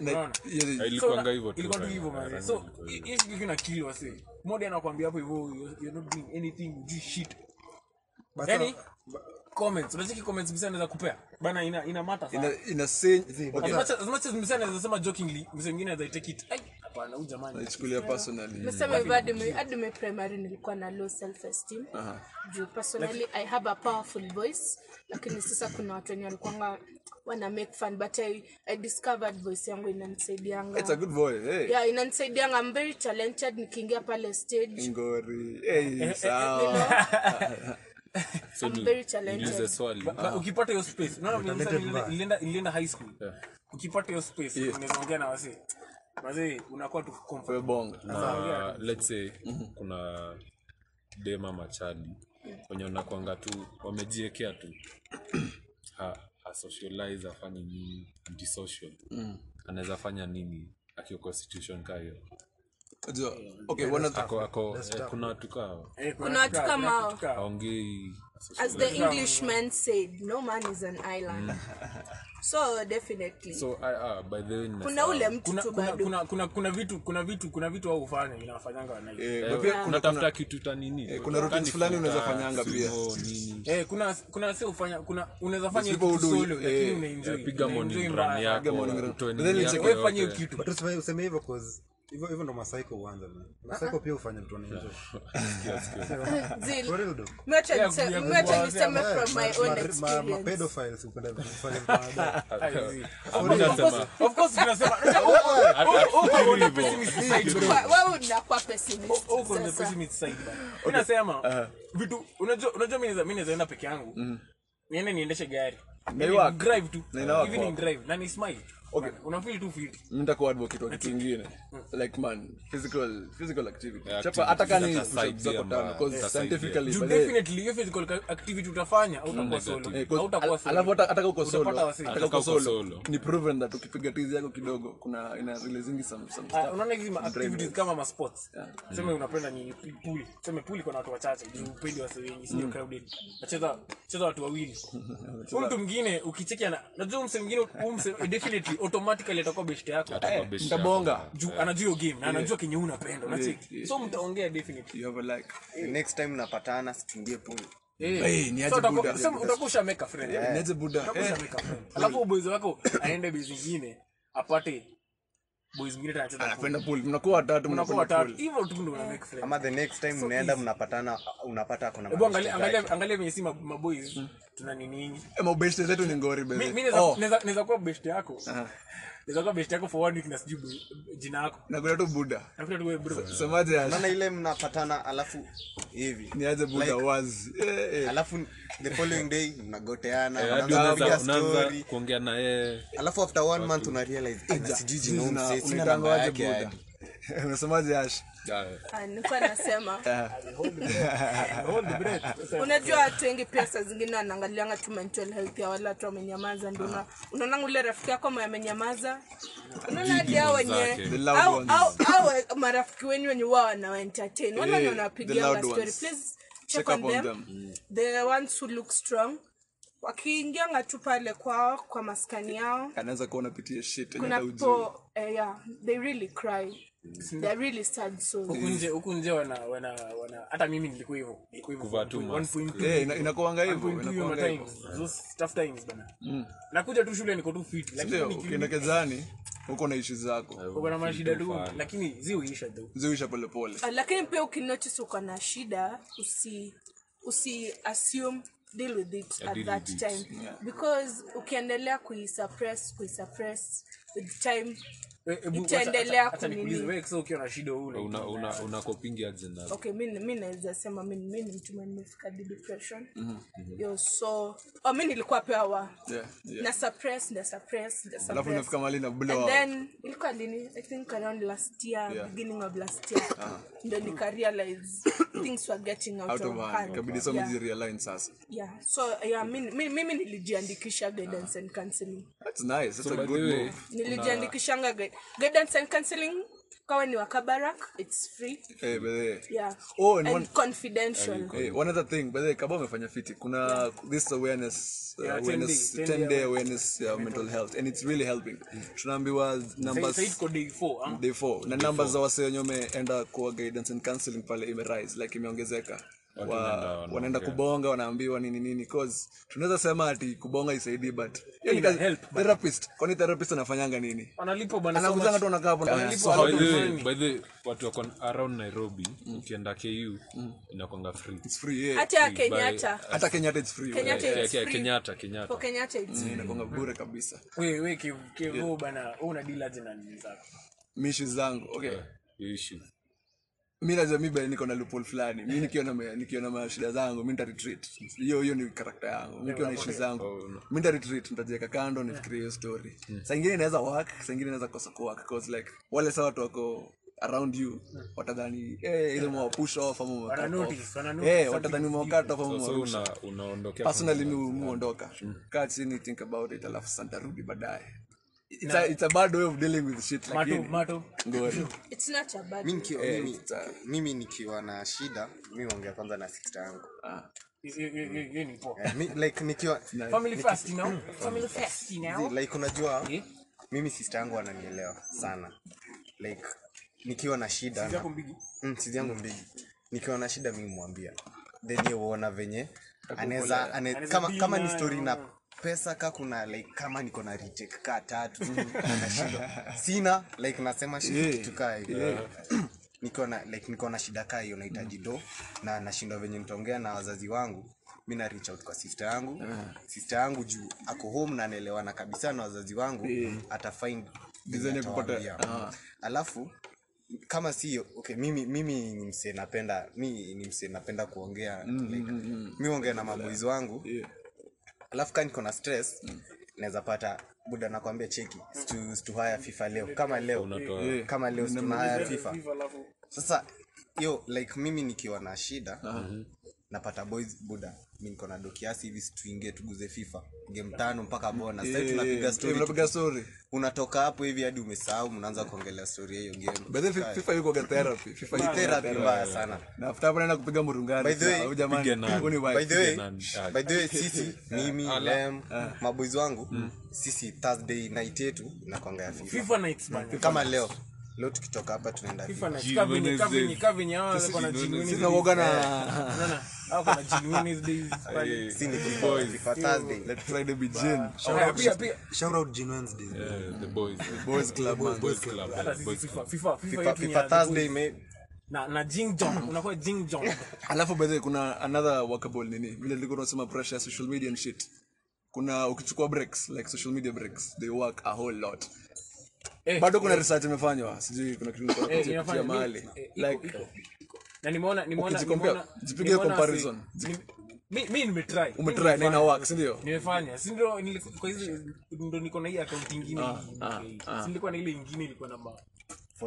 [SPEAKER 1] Na-
[SPEAKER 3] Unaona?
[SPEAKER 1] yeah, yeah.
[SPEAKER 6] ilikuanga hivyo tu
[SPEAKER 3] ilikuwa tu
[SPEAKER 6] rangi-
[SPEAKER 3] hivyo mazee
[SPEAKER 6] rangi
[SPEAKER 3] so
[SPEAKER 6] ilikuwa
[SPEAKER 3] hi-
[SPEAKER 6] hivyo.
[SPEAKER 3] hii siku kuna kill wase modi anakuambia hapo hivyo "You- you're not doing anything you do shit
[SPEAKER 2] But
[SPEAKER 3] yani
[SPEAKER 2] sasa-
[SPEAKER 1] uh,
[SPEAKER 3] comments unacheki comments msana anaweza kupea bana ina ina matter sana
[SPEAKER 1] Ina- ina sen- okay,
[SPEAKER 3] as much as as much as msee anaweza sema jokingly msee mwingine anaweza take it ai hapana huyu jamani
[SPEAKER 1] naichukulia personally.
[SPEAKER 5] nasema hivyo hadi mi- hadi mi primary nilikuwa na low self esteem juu personally i have a powerful voice lakini sasa kuna watu wenye walikwanga wana make fun but i, I discovered voice yangu
[SPEAKER 1] It's a
[SPEAKER 5] inanisaidianga
[SPEAKER 1] good boy. eh? Hey.
[SPEAKER 5] yeah inanisaidianga I'm very talented nikiingia pale stage
[SPEAKER 1] Ngori. Hey, sawa.
[SPEAKER 5] you know,
[SPEAKER 6] So
[SPEAKER 5] I'm
[SPEAKER 6] ni-
[SPEAKER 5] very talented.
[SPEAKER 6] niulize swali
[SPEAKER 3] Ba-
[SPEAKER 6] Ah,
[SPEAKER 1] Uh,
[SPEAKER 3] ba- ukipata hiyo space unaona vile msee
[SPEAKER 2] talented
[SPEAKER 3] nilienda-
[SPEAKER 2] man.
[SPEAKER 3] nilienda nilienda high school
[SPEAKER 6] Yeah.
[SPEAKER 3] ukipata hiyo space unaweza ongea na wasee wazee unakuwa tu comfortable
[SPEAKER 1] Wewe bonga.
[SPEAKER 6] eh. na let's say
[SPEAKER 5] Mm-hmm.
[SPEAKER 6] kuna dema machadi
[SPEAKER 5] Mm.
[SPEAKER 6] wenye wanakwanga tu wamejiekea
[SPEAKER 5] <coughs>
[SPEAKER 6] tu ha, asocialize afanye nini antisocial
[SPEAKER 5] Mm.
[SPEAKER 6] anaweza fanya nini akiwa constitution kaa hiyo
[SPEAKER 1] Unajua, okay, one of the-
[SPEAKER 6] ako, ako eh, kuna watu kao
[SPEAKER 3] Eh,
[SPEAKER 5] Kuna watu
[SPEAKER 3] tukaa,
[SPEAKER 5] kama
[SPEAKER 3] kuna
[SPEAKER 5] hao.
[SPEAKER 3] tukaa.
[SPEAKER 6] aongei
[SPEAKER 5] as the englishman said no man is an island so definitely
[SPEAKER 6] so ah, ah, by the way nimesahau.
[SPEAKER 5] kuna ule mtu
[SPEAKER 3] kuna
[SPEAKER 5] tu
[SPEAKER 3] kuna-
[SPEAKER 5] bado
[SPEAKER 3] kuna kuna kuna vitu kuna vitu kuna vitu au ufanya inafanyanga wanai
[SPEAKER 1] Eh, but
[SPEAKER 6] Eh,
[SPEAKER 1] pia kuna- kuna- Eh,
[SPEAKER 6] unatafuta kitu ta nini
[SPEAKER 1] kuna routines
[SPEAKER 6] Kani
[SPEAKER 1] fulani unaweza
[SPEAKER 6] futa,
[SPEAKER 1] fanyanga pia.
[SPEAKER 6] sumo, nini
[SPEAKER 3] Eh, kuna kuna wasee ufanya kuna unaweza fanya
[SPEAKER 1] people
[SPEAKER 3] hiyo kitu
[SPEAKER 1] do-
[SPEAKER 3] solo lakini
[SPEAKER 1] eh,
[SPEAKER 3] unaenjoy
[SPEAKER 6] piga
[SPEAKER 3] unaenjoy
[SPEAKER 6] morning
[SPEAKER 3] mbaya.
[SPEAKER 6] run yako
[SPEAKER 1] morning run.
[SPEAKER 6] utoe
[SPEAKER 1] Then
[SPEAKER 6] nini
[SPEAKER 1] it's
[SPEAKER 6] yako
[SPEAKER 1] like-
[SPEAKER 3] Wewe fanya hiyo
[SPEAKER 6] yote.
[SPEAKER 3] kitu
[SPEAKER 6] <laughs>
[SPEAKER 2] but useme useme hivyo cause hivyo hivyo ndo masaiko huanza man. Masaiko pia hufanya
[SPEAKER 1] <laughs>
[SPEAKER 2] vitu wanaenjoy.
[SPEAKER 5] Zil-
[SPEAKER 2] For real though.
[SPEAKER 5] mwacha
[SPEAKER 3] Yeah,
[SPEAKER 5] nise-
[SPEAKER 3] yeah,
[SPEAKER 5] mwacha
[SPEAKER 3] yeah,
[SPEAKER 5] niseme
[SPEAKER 2] Yeah,
[SPEAKER 5] from my
[SPEAKER 2] ma-
[SPEAKER 5] own
[SPEAKER 2] ma- ma-
[SPEAKER 5] experience
[SPEAKER 2] mapedophiles hupenda kufanya vitu wanaenjoy.
[SPEAKER 1] <laughs>
[SPEAKER 6] Hakuna sema-
[SPEAKER 3] of course
[SPEAKER 6] <laughs>
[SPEAKER 3] tunasema
[SPEAKER 5] Kwa- wewe unakuwa pessimist
[SPEAKER 3] huko on the
[SPEAKER 5] sasa.
[SPEAKER 3] pessimist side bana. Mimi
[SPEAKER 1] Uh-huh.
[SPEAKER 3] nasema vitu unajua unajua mimi naweza- mimi naweza enda peke yangu niende niendeshe gari Yaani
[SPEAKER 1] Mm-hmm. iwak.
[SPEAKER 3] drive tu
[SPEAKER 1] Na inawak
[SPEAKER 3] even in
[SPEAKER 1] wako.
[SPEAKER 3] drive na ni smile Una- unafeel tu fit
[SPEAKER 1] mi nitakuwa advocate wa kitu ingine like man physical physical activity
[SPEAKER 6] Yeah,
[SPEAKER 1] chapa hata kani
[SPEAKER 6] activities
[SPEAKER 1] push-ups
[SPEAKER 6] zitasaidia
[SPEAKER 1] zako tano
[SPEAKER 6] ma-
[SPEAKER 1] cause
[SPEAKER 6] zitasaidia.
[SPEAKER 1] scientifically
[SPEAKER 3] Juu
[SPEAKER 1] by the way,
[SPEAKER 3] definitely hiyo physical ca- activity utafanya hautakuwa
[SPEAKER 6] Negative.
[SPEAKER 3] solo
[SPEAKER 1] eh, cause
[SPEAKER 3] hautakuwa
[SPEAKER 1] al-
[SPEAKER 3] solo
[SPEAKER 1] alafu hata hata uko solo
[SPEAKER 3] Utapata wasee.
[SPEAKER 1] hata
[SPEAKER 6] Hata
[SPEAKER 1] uko
[SPEAKER 6] uko
[SPEAKER 1] solo
[SPEAKER 6] solo.
[SPEAKER 1] ni proven that ukipiga tizi yako kidogo kuna ina release nyingi some some
[SPEAKER 3] Ah,
[SPEAKER 1] stuff
[SPEAKER 3] unaona hizi ma- activities
[SPEAKER 1] Drivers.
[SPEAKER 3] kama ma sports sema unapenda ni pool sema pool iko na watu wachache juu upendi wase wengi sio
[SPEAKER 1] Mm.
[SPEAKER 3] crowded nacheza cheza watu
[SPEAKER 1] <laughs>
[SPEAKER 3] wawili huyu mtu mwingine ukicheki ana najua mse mwingine huyu mse definitely automatically atakuwa best yako
[SPEAKER 6] Atakuwa best
[SPEAKER 1] mtabonga.
[SPEAKER 6] yako.
[SPEAKER 3] juu anajua hiyo game na anajua kenye wewe unapenda unacheki
[SPEAKER 1] yeah.
[SPEAKER 3] so mtaongea definitely
[SPEAKER 1] you have a like
[SPEAKER 4] next time napatana sikimbie pool
[SPEAKER 1] Eh, ni aje
[SPEAKER 3] so utakuwa-
[SPEAKER 1] buda.
[SPEAKER 3] so utakuwa ushamake a friend
[SPEAKER 1] niaje buda
[SPEAKER 3] Utakuwa ushamake a friend alafu boys wako aende base nyingine apate boys mwingine tena anacheza pool.
[SPEAKER 1] anapenda ah, pool mnakuwa watatu
[SPEAKER 3] unakuwa
[SPEAKER 1] mnakuwa
[SPEAKER 3] watatu
[SPEAKER 1] pool
[SPEAKER 3] hivyo tu ndio una make friend
[SPEAKER 4] ama the next time unaenda mnapatana unapata akona
[SPEAKER 3] hebu angalia angalia angalia venye si ma- maboys tuna nini nyingi
[SPEAKER 1] Eh, mabeshte zetu ni ngori
[SPEAKER 3] Mi-
[SPEAKER 1] baby
[SPEAKER 3] mi naweza-
[SPEAKER 1] Hmm. oh Ah.
[SPEAKER 3] naweza- naweza kuwa best yako naweza kuwa best yako for one week na sijui bu- jina yako
[SPEAKER 1] nakula tu buda
[SPEAKER 3] nafikiri tu wewe bro
[SPEAKER 1] semaje ash
[SPEAKER 4] naona ile mnapatana alafu hivi
[SPEAKER 1] niaje buda wazi eh eh
[SPEAKER 4] alafu the following day mnagoteana
[SPEAKER 6] Eh, hadi
[SPEAKER 4] mnaanza kupiga
[SPEAKER 6] unaanza- unaanza
[SPEAKER 4] story
[SPEAKER 6] kuongea na yeye
[SPEAKER 4] alafu after one month una realize "Eh, na sijui jina msee sina namba
[SPEAKER 1] unatangawaje
[SPEAKER 4] yake
[SPEAKER 1] buda
[SPEAKER 4] hadi."
[SPEAKER 1] <laughs> unasemaje ash
[SPEAKER 5] Ah, nilikuwa nasema
[SPEAKER 3] hold the
[SPEAKER 1] <laughs>
[SPEAKER 3] breath Sasa,
[SPEAKER 5] unajua watu wengi pia saa zingine wanaangalianga tu mental health ya wale watu wamenyamaza ndio una- unaonanga ule rafiki yako mwenye amenyamaza unaona hadi hao wenye
[SPEAKER 1] The loud
[SPEAKER 5] au
[SPEAKER 1] ones.
[SPEAKER 5] au au marafiki wenyu wenye wao wanawaentertain wale wenye
[SPEAKER 1] Eh, the
[SPEAKER 5] wanawapigia
[SPEAKER 1] loud
[SPEAKER 5] story
[SPEAKER 1] ones.
[SPEAKER 5] please
[SPEAKER 1] Check
[SPEAKER 5] check
[SPEAKER 1] up
[SPEAKER 5] on
[SPEAKER 1] on
[SPEAKER 5] them
[SPEAKER 1] them.
[SPEAKER 5] the ones who look strong wakiingianga tu pale kwao kwa maskani yao
[SPEAKER 1] anaweza kuwa unapitia shit yenye
[SPEAKER 5] kuna
[SPEAKER 1] hata hujui.
[SPEAKER 5] po eh, yeah, they really cry they're really sad souls
[SPEAKER 3] huku nje huku nje wana wana wana hata mimi nilikuwa hivyo nilikuwa hivyo
[SPEAKER 6] Kuvaa tu mask.
[SPEAKER 3] 1.2
[SPEAKER 1] Eh, ina- inakuanga hivyo
[SPEAKER 3] hiyo
[SPEAKER 1] inakuanga hivyo Hmm.
[SPEAKER 3] matimes those tough times bana nakuja tu shule niko tu fit lakini
[SPEAKER 1] Ndio,
[SPEAKER 3] nikirudi-
[SPEAKER 1] ukienda kezani huko na ishu zako
[SPEAKER 3] uko na mashida tu lakini ziuisha tu
[SPEAKER 1] ziwisha polepole
[SPEAKER 5] Ah, lakini pia ukinotice uko na shida usi usi assume deal with it at
[SPEAKER 6] deal
[SPEAKER 5] that
[SPEAKER 6] with it,
[SPEAKER 5] time because ukiendelea kuisuppress kuisuppress with time
[SPEAKER 3] We- Eh, ebu
[SPEAKER 5] Itaendelea
[SPEAKER 3] acha- acha nikuulize,
[SPEAKER 5] kunini.
[SPEAKER 3] wewe sasa ukiwa na shida ule
[SPEAKER 6] una, una, una coping aje na-
[SPEAKER 5] okay mi mi naweza sema mi mi ni mtu mwenye nimefika deep depression yo so oh, mi nilikuwa pia wa
[SPEAKER 1] yeah, Mm-hmm. yeah.
[SPEAKER 5] na suppress na suppress na
[SPEAKER 1] alafu
[SPEAKER 5] suppress
[SPEAKER 1] inafika mali na blow
[SPEAKER 5] and
[SPEAKER 1] out.
[SPEAKER 5] then ilikuwa lini i think around last year
[SPEAKER 1] Yeah. Uh-huh.
[SPEAKER 5] beginning of last year ndo nika realize things were getting out,
[SPEAKER 1] out of hand kabidi some
[SPEAKER 5] yeah.
[SPEAKER 1] yeah. realign sasa
[SPEAKER 5] yeah so yeah mimi mi, mimi nilijiandikisha guidance and counseling
[SPEAKER 1] that's nice that's
[SPEAKER 6] So,
[SPEAKER 1] a
[SPEAKER 6] by the
[SPEAKER 1] good
[SPEAKER 6] way,
[SPEAKER 1] move
[SPEAKER 5] nilijiandikishanga gui- guidance and counseling kawa ni wakabarak it's free
[SPEAKER 1] eh by the way.
[SPEAKER 5] yeah
[SPEAKER 1] Oh, and
[SPEAKER 5] and
[SPEAKER 1] one-
[SPEAKER 5] confidential
[SPEAKER 1] Hey, one other thing by the way, kaba umefanya fiti kuna this awareness uh,
[SPEAKER 3] Yeah, 10
[SPEAKER 1] awareness
[SPEAKER 3] day-
[SPEAKER 1] 10
[SPEAKER 3] 10 day
[SPEAKER 1] day awareness ya mental health and it's really helping tunaambiwa
[SPEAKER 3] Said- Said
[SPEAKER 1] numbers
[SPEAKER 3] iko day four, ah.
[SPEAKER 1] day 4 na numbers za wase wenye wameenda kwa guidance and counseling pale ime rise like imeongezeka
[SPEAKER 6] Watu wanaenda-
[SPEAKER 1] wa,
[SPEAKER 6] wanaongea.
[SPEAKER 1] wanaenda kubonga wanaambiwa nini nini cause tunaweza sema ati kubonga isaidii but hiyo ni
[SPEAKER 3] Ina
[SPEAKER 1] kazi-
[SPEAKER 3] help, but-
[SPEAKER 1] therapist kwani therapist anafanyanga nini
[SPEAKER 3] Wanalipwa bwana, so
[SPEAKER 1] anakuzanga
[SPEAKER 3] much.
[SPEAKER 1] tu anakaa hapo na-
[SPEAKER 3] Wanalipwa
[SPEAKER 1] so how
[SPEAKER 6] by
[SPEAKER 3] how
[SPEAKER 6] the
[SPEAKER 3] to
[SPEAKER 6] way-
[SPEAKER 3] find me.
[SPEAKER 6] by the way, watu wako around nairobi ukienda ku inakwanga free
[SPEAKER 1] it's free yeah.
[SPEAKER 5] hata ya
[SPEAKER 6] Free, bye.
[SPEAKER 5] kenyatta
[SPEAKER 1] hata kenyatta it's free
[SPEAKER 5] Kenyatta
[SPEAKER 1] yeah.
[SPEAKER 5] it's
[SPEAKER 6] Ke- ke-
[SPEAKER 5] free.
[SPEAKER 6] kenyatta
[SPEAKER 5] for
[SPEAKER 6] kenyatta
[SPEAKER 5] kenyatta it's free
[SPEAKER 1] inakuanga bure kabisa
[SPEAKER 3] We- we Kev- Kev, wewe bwana wewe una deal aje na nini zako
[SPEAKER 1] mishi zangu okay
[SPEAKER 6] Yeah, hiyo issue
[SPEAKER 1] mi lazima mi bado niko na loophole fulani mi nikiona ma- nikiona mashida zangu mi nita retreat hiyo hiyo ni karakta yangu mi nikiona issue
[SPEAKER 6] Oh,
[SPEAKER 1] zangu mi nita retreat nitajiweka kando nifikirie hiyo story saa ingine inaweza work saa ingine inaweza kosa ku work cause like wale sa watu wako around you watadhani eh ile mwa push off ama mwa
[SPEAKER 3] Wana
[SPEAKER 1] cut
[SPEAKER 3] notice,
[SPEAKER 1] off
[SPEAKER 3] wana notice
[SPEAKER 1] eh
[SPEAKER 3] something
[SPEAKER 1] watadhani mwa
[SPEAKER 3] different.
[SPEAKER 1] cut off ama
[SPEAKER 6] so, so
[SPEAKER 1] mwa
[SPEAKER 6] una, unaondokea
[SPEAKER 1] personally mi muondoka kaa chini think about it alafu sasa nitarudi baadaye it's a, it's a bad way of dealing with shit
[SPEAKER 3] mato
[SPEAKER 1] lakini
[SPEAKER 3] mato
[SPEAKER 1] ngori
[SPEAKER 5] it's not a bad
[SPEAKER 4] mi nikiwa,
[SPEAKER 1] Eh,
[SPEAKER 4] mimi,
[SPEAKER 1] ta-
[SPEAKER 4] mimi nikiwa na shida mi huongea kwanza na sista yangu
[SPEAKER 3] Hiyo- hiyo- hiyo- hiyo ni poa.
[SPEAKER 4] Eh, mi, like nikiwa
[SPEAKER 3] Family first, you know? Family first, you know?
[SPEAKER 4] like unajua
[SPEAKER 3] Eh?
[SPEAKER 4] mimi sista yangu ananielewa sana like nikiwa na shida
[SPEAKER 3] Yako
[SPEAKER 4] na-
[SPEAKER 3] mbigi.
[SPEAKER 4] Mm, sisi yangu mbili nikiwa na shida mi mwambia then ye huona venye anaweza ane,
[SPEAKER 3] Anaweza
[SPEAKER 4] kama,
[SPEAKER 3] deal
[SPEAKER 4] kama ni
[SPEAKER 3] nayo.
[SPEAKER 4] story na pesa ka kuna like kama niko na reject ka tatu <laughs> na shida sina like nasema
[SPEAKER 1] Mhm. Yeah. Mm.
[SPEAKER 4] shitukaa hivi <clears throat> niko na like niko na shida kaa hiyo nahitaji do na nashindwa venye nitaongea na wazazi wangu mi na reach out kwa sister yangu
[SPEAKER 1] Ah.
[SPEAKER 4] sister yangu juu ako home na anaelewana kabisa na wazazi wangu ata find venye
[SPEAKER 1] Design ya kupata- ah.
[SPEAKER 4] atawaambia. alafu kama si okay, mimi mimi ni msee napenda mi ni msee napenda kuongea
[SPEAKER 1] Mm,
[SPEAKER 4] like, mi huongea na maboizi wangu alafu kaa niko na stress
[SPEAKER 1] Mm.
[SPEAKER 4] naweza pata buda nakwambia cheki situ- situhaya fifa leo kama leo
[SPEAKER 6] Unatoa.
[SPEAKER 1] Yeah.
[SPEAKER 4] kama leo situhaya fifa
[SPEAKER 3] Viva alafu-
[SPEAKER 4] sasa hiyo like mimi nikiwa na shida
[SPEAKER 1] Uh-huh.
[SPEAKER 4] napata boys buda mi niko na do kiasi hivi situingie tuguze fifa game tano mpaka bona sasa hivi tunapiga
[SPEAKER 1] Eh,
[SPEAKER 4] story
[SPEAKER 1] tunapiga story
[SPEAKER 4] unatoka hapo hivi hadi umesahau mnaanza kuongelea story ya hiyo game
[SPEAKER 1] By the way, fi- FIFA yuko kwa therapy. FIFA yuko
[SPEAKER 4] therapy
[SPEAKER 1] therapy.
[SPEAKER 4] mbaya sana
[SPEAKER 1] Na after hapo naenda kupiga murungano.
[SPEAKER 4] By the way,
[SPEAKER 1] Au jamani,
[SPEAKER 6] piga nani?
[SPEAKER 1] huu ni wife.
[SPEAKER 4] by the way,
[SPEAKER 6] Nani? Ah.
[SPEAKER 4] by the way
[SPEAKER 1] <laughs>
[SPEAKER 4] sisi mimi
[SPEAKER 1] Ah.
[SPEAKER 4] lem maboys wangu
[SPEAKER 1] Hmm.
[SPEAKER 4] sisi thursday night yetu inakwanga ya fifa Hmm.
[SPEAKER 3] FIFA nights, bana.
[SPEAKER 4] kama leo leo tukitoka hapa tunaenda
[SPEAKER 3] FIFA
[SPEAKER 4] FIFA.
[SPEAKER 3] nights. Ka venye- ka venye- ka venye hawa
[SPEAKER 6] Sisi
[SPEAKER 3] wako na
[SPEAKER 6] Jinuini.
[SPEAKER 3] Jinuini
[SPEAKER 1] Sisi
[SPEAKER 3] days.
[SPEAKER 1] tunakuwaga na-
[SPEAKER 3] Unaona? Hawa wako na Jinuini days pale.
[SPEAKER 6] Yeah.
[SPEAKER 4] si ni FIFA, FIFA Thursday
[SPEAKER 1] Let's Friday be Jane.
[SPEAKER 3] Haya, pia- pia-
[SPEAKER 2] shout out Gene Wednesday.
[SPEAKER 6] Eh, the boys
[SPEAKER 1] Boys club, man.
[SPEAKER 6] boys club
[SPEAKER 3] hata
[SPEAKER 6] eh,
[SPEAKER 3] sisi
[SPEAKER 6] boys
[SPEAKER 3] FIFA- FIFA- FIFA
[SPEAKER 4] FIFA,
[SPEAKER 3] yetu ni ya
[SPEAKER 4] FIFA
[SPEAKER 3] the
[SPEAKER 4] Thursday
[SPEAKER 3] boys.
[SPEAKER 4] maybe
[SPEAKER 3] Na- na Jing Jong. Unakuwa Jing Jong.
[SPEAKER 1] alafu by the way, kuna another workable nini vile tulikuwa tunasema pressure ya social media and shit kuna ukichukua breaks like social media breaks they work a whole lot
[SPEAKER 3] Eh,
[SPEAKER 1] bado kuna research imefanywa sijui kuna kitu nilikuwa
[SPEAKER 3] eh,
[SPEAKER 1] nakuja
[SPEAKER 3] inafanya-
[SPEAKER 1] mahali
[SPEAKER 3] eh, iko-
[SPEAKER 1] like
[SPEAKER 3] iko- iko. na nimeona nimeona
[SPEAKER 1] Ukijicompare,
[SPEAKER 3] nimeona-
[SPEAKER 1] jipige
[SPEAKER 3] nimeona
[SPEAKER 1] comparison.
[SPEAKER 3] wase- ni- mi- mi nimetry Mi
[SPEAKER 1] umetry na ina
[SPEAKER 3] nimefanya.
[SPEAKER 1] work si ndio
[SPEAKER 3] nimefanya si ndo niliku- kwa hizo ndo niko na hii akaunti ingine
[SPEAKER 1] Ah,
[SPEAKER 3] hii. Si nilikuwa na ile ingine ilikuwa na ma-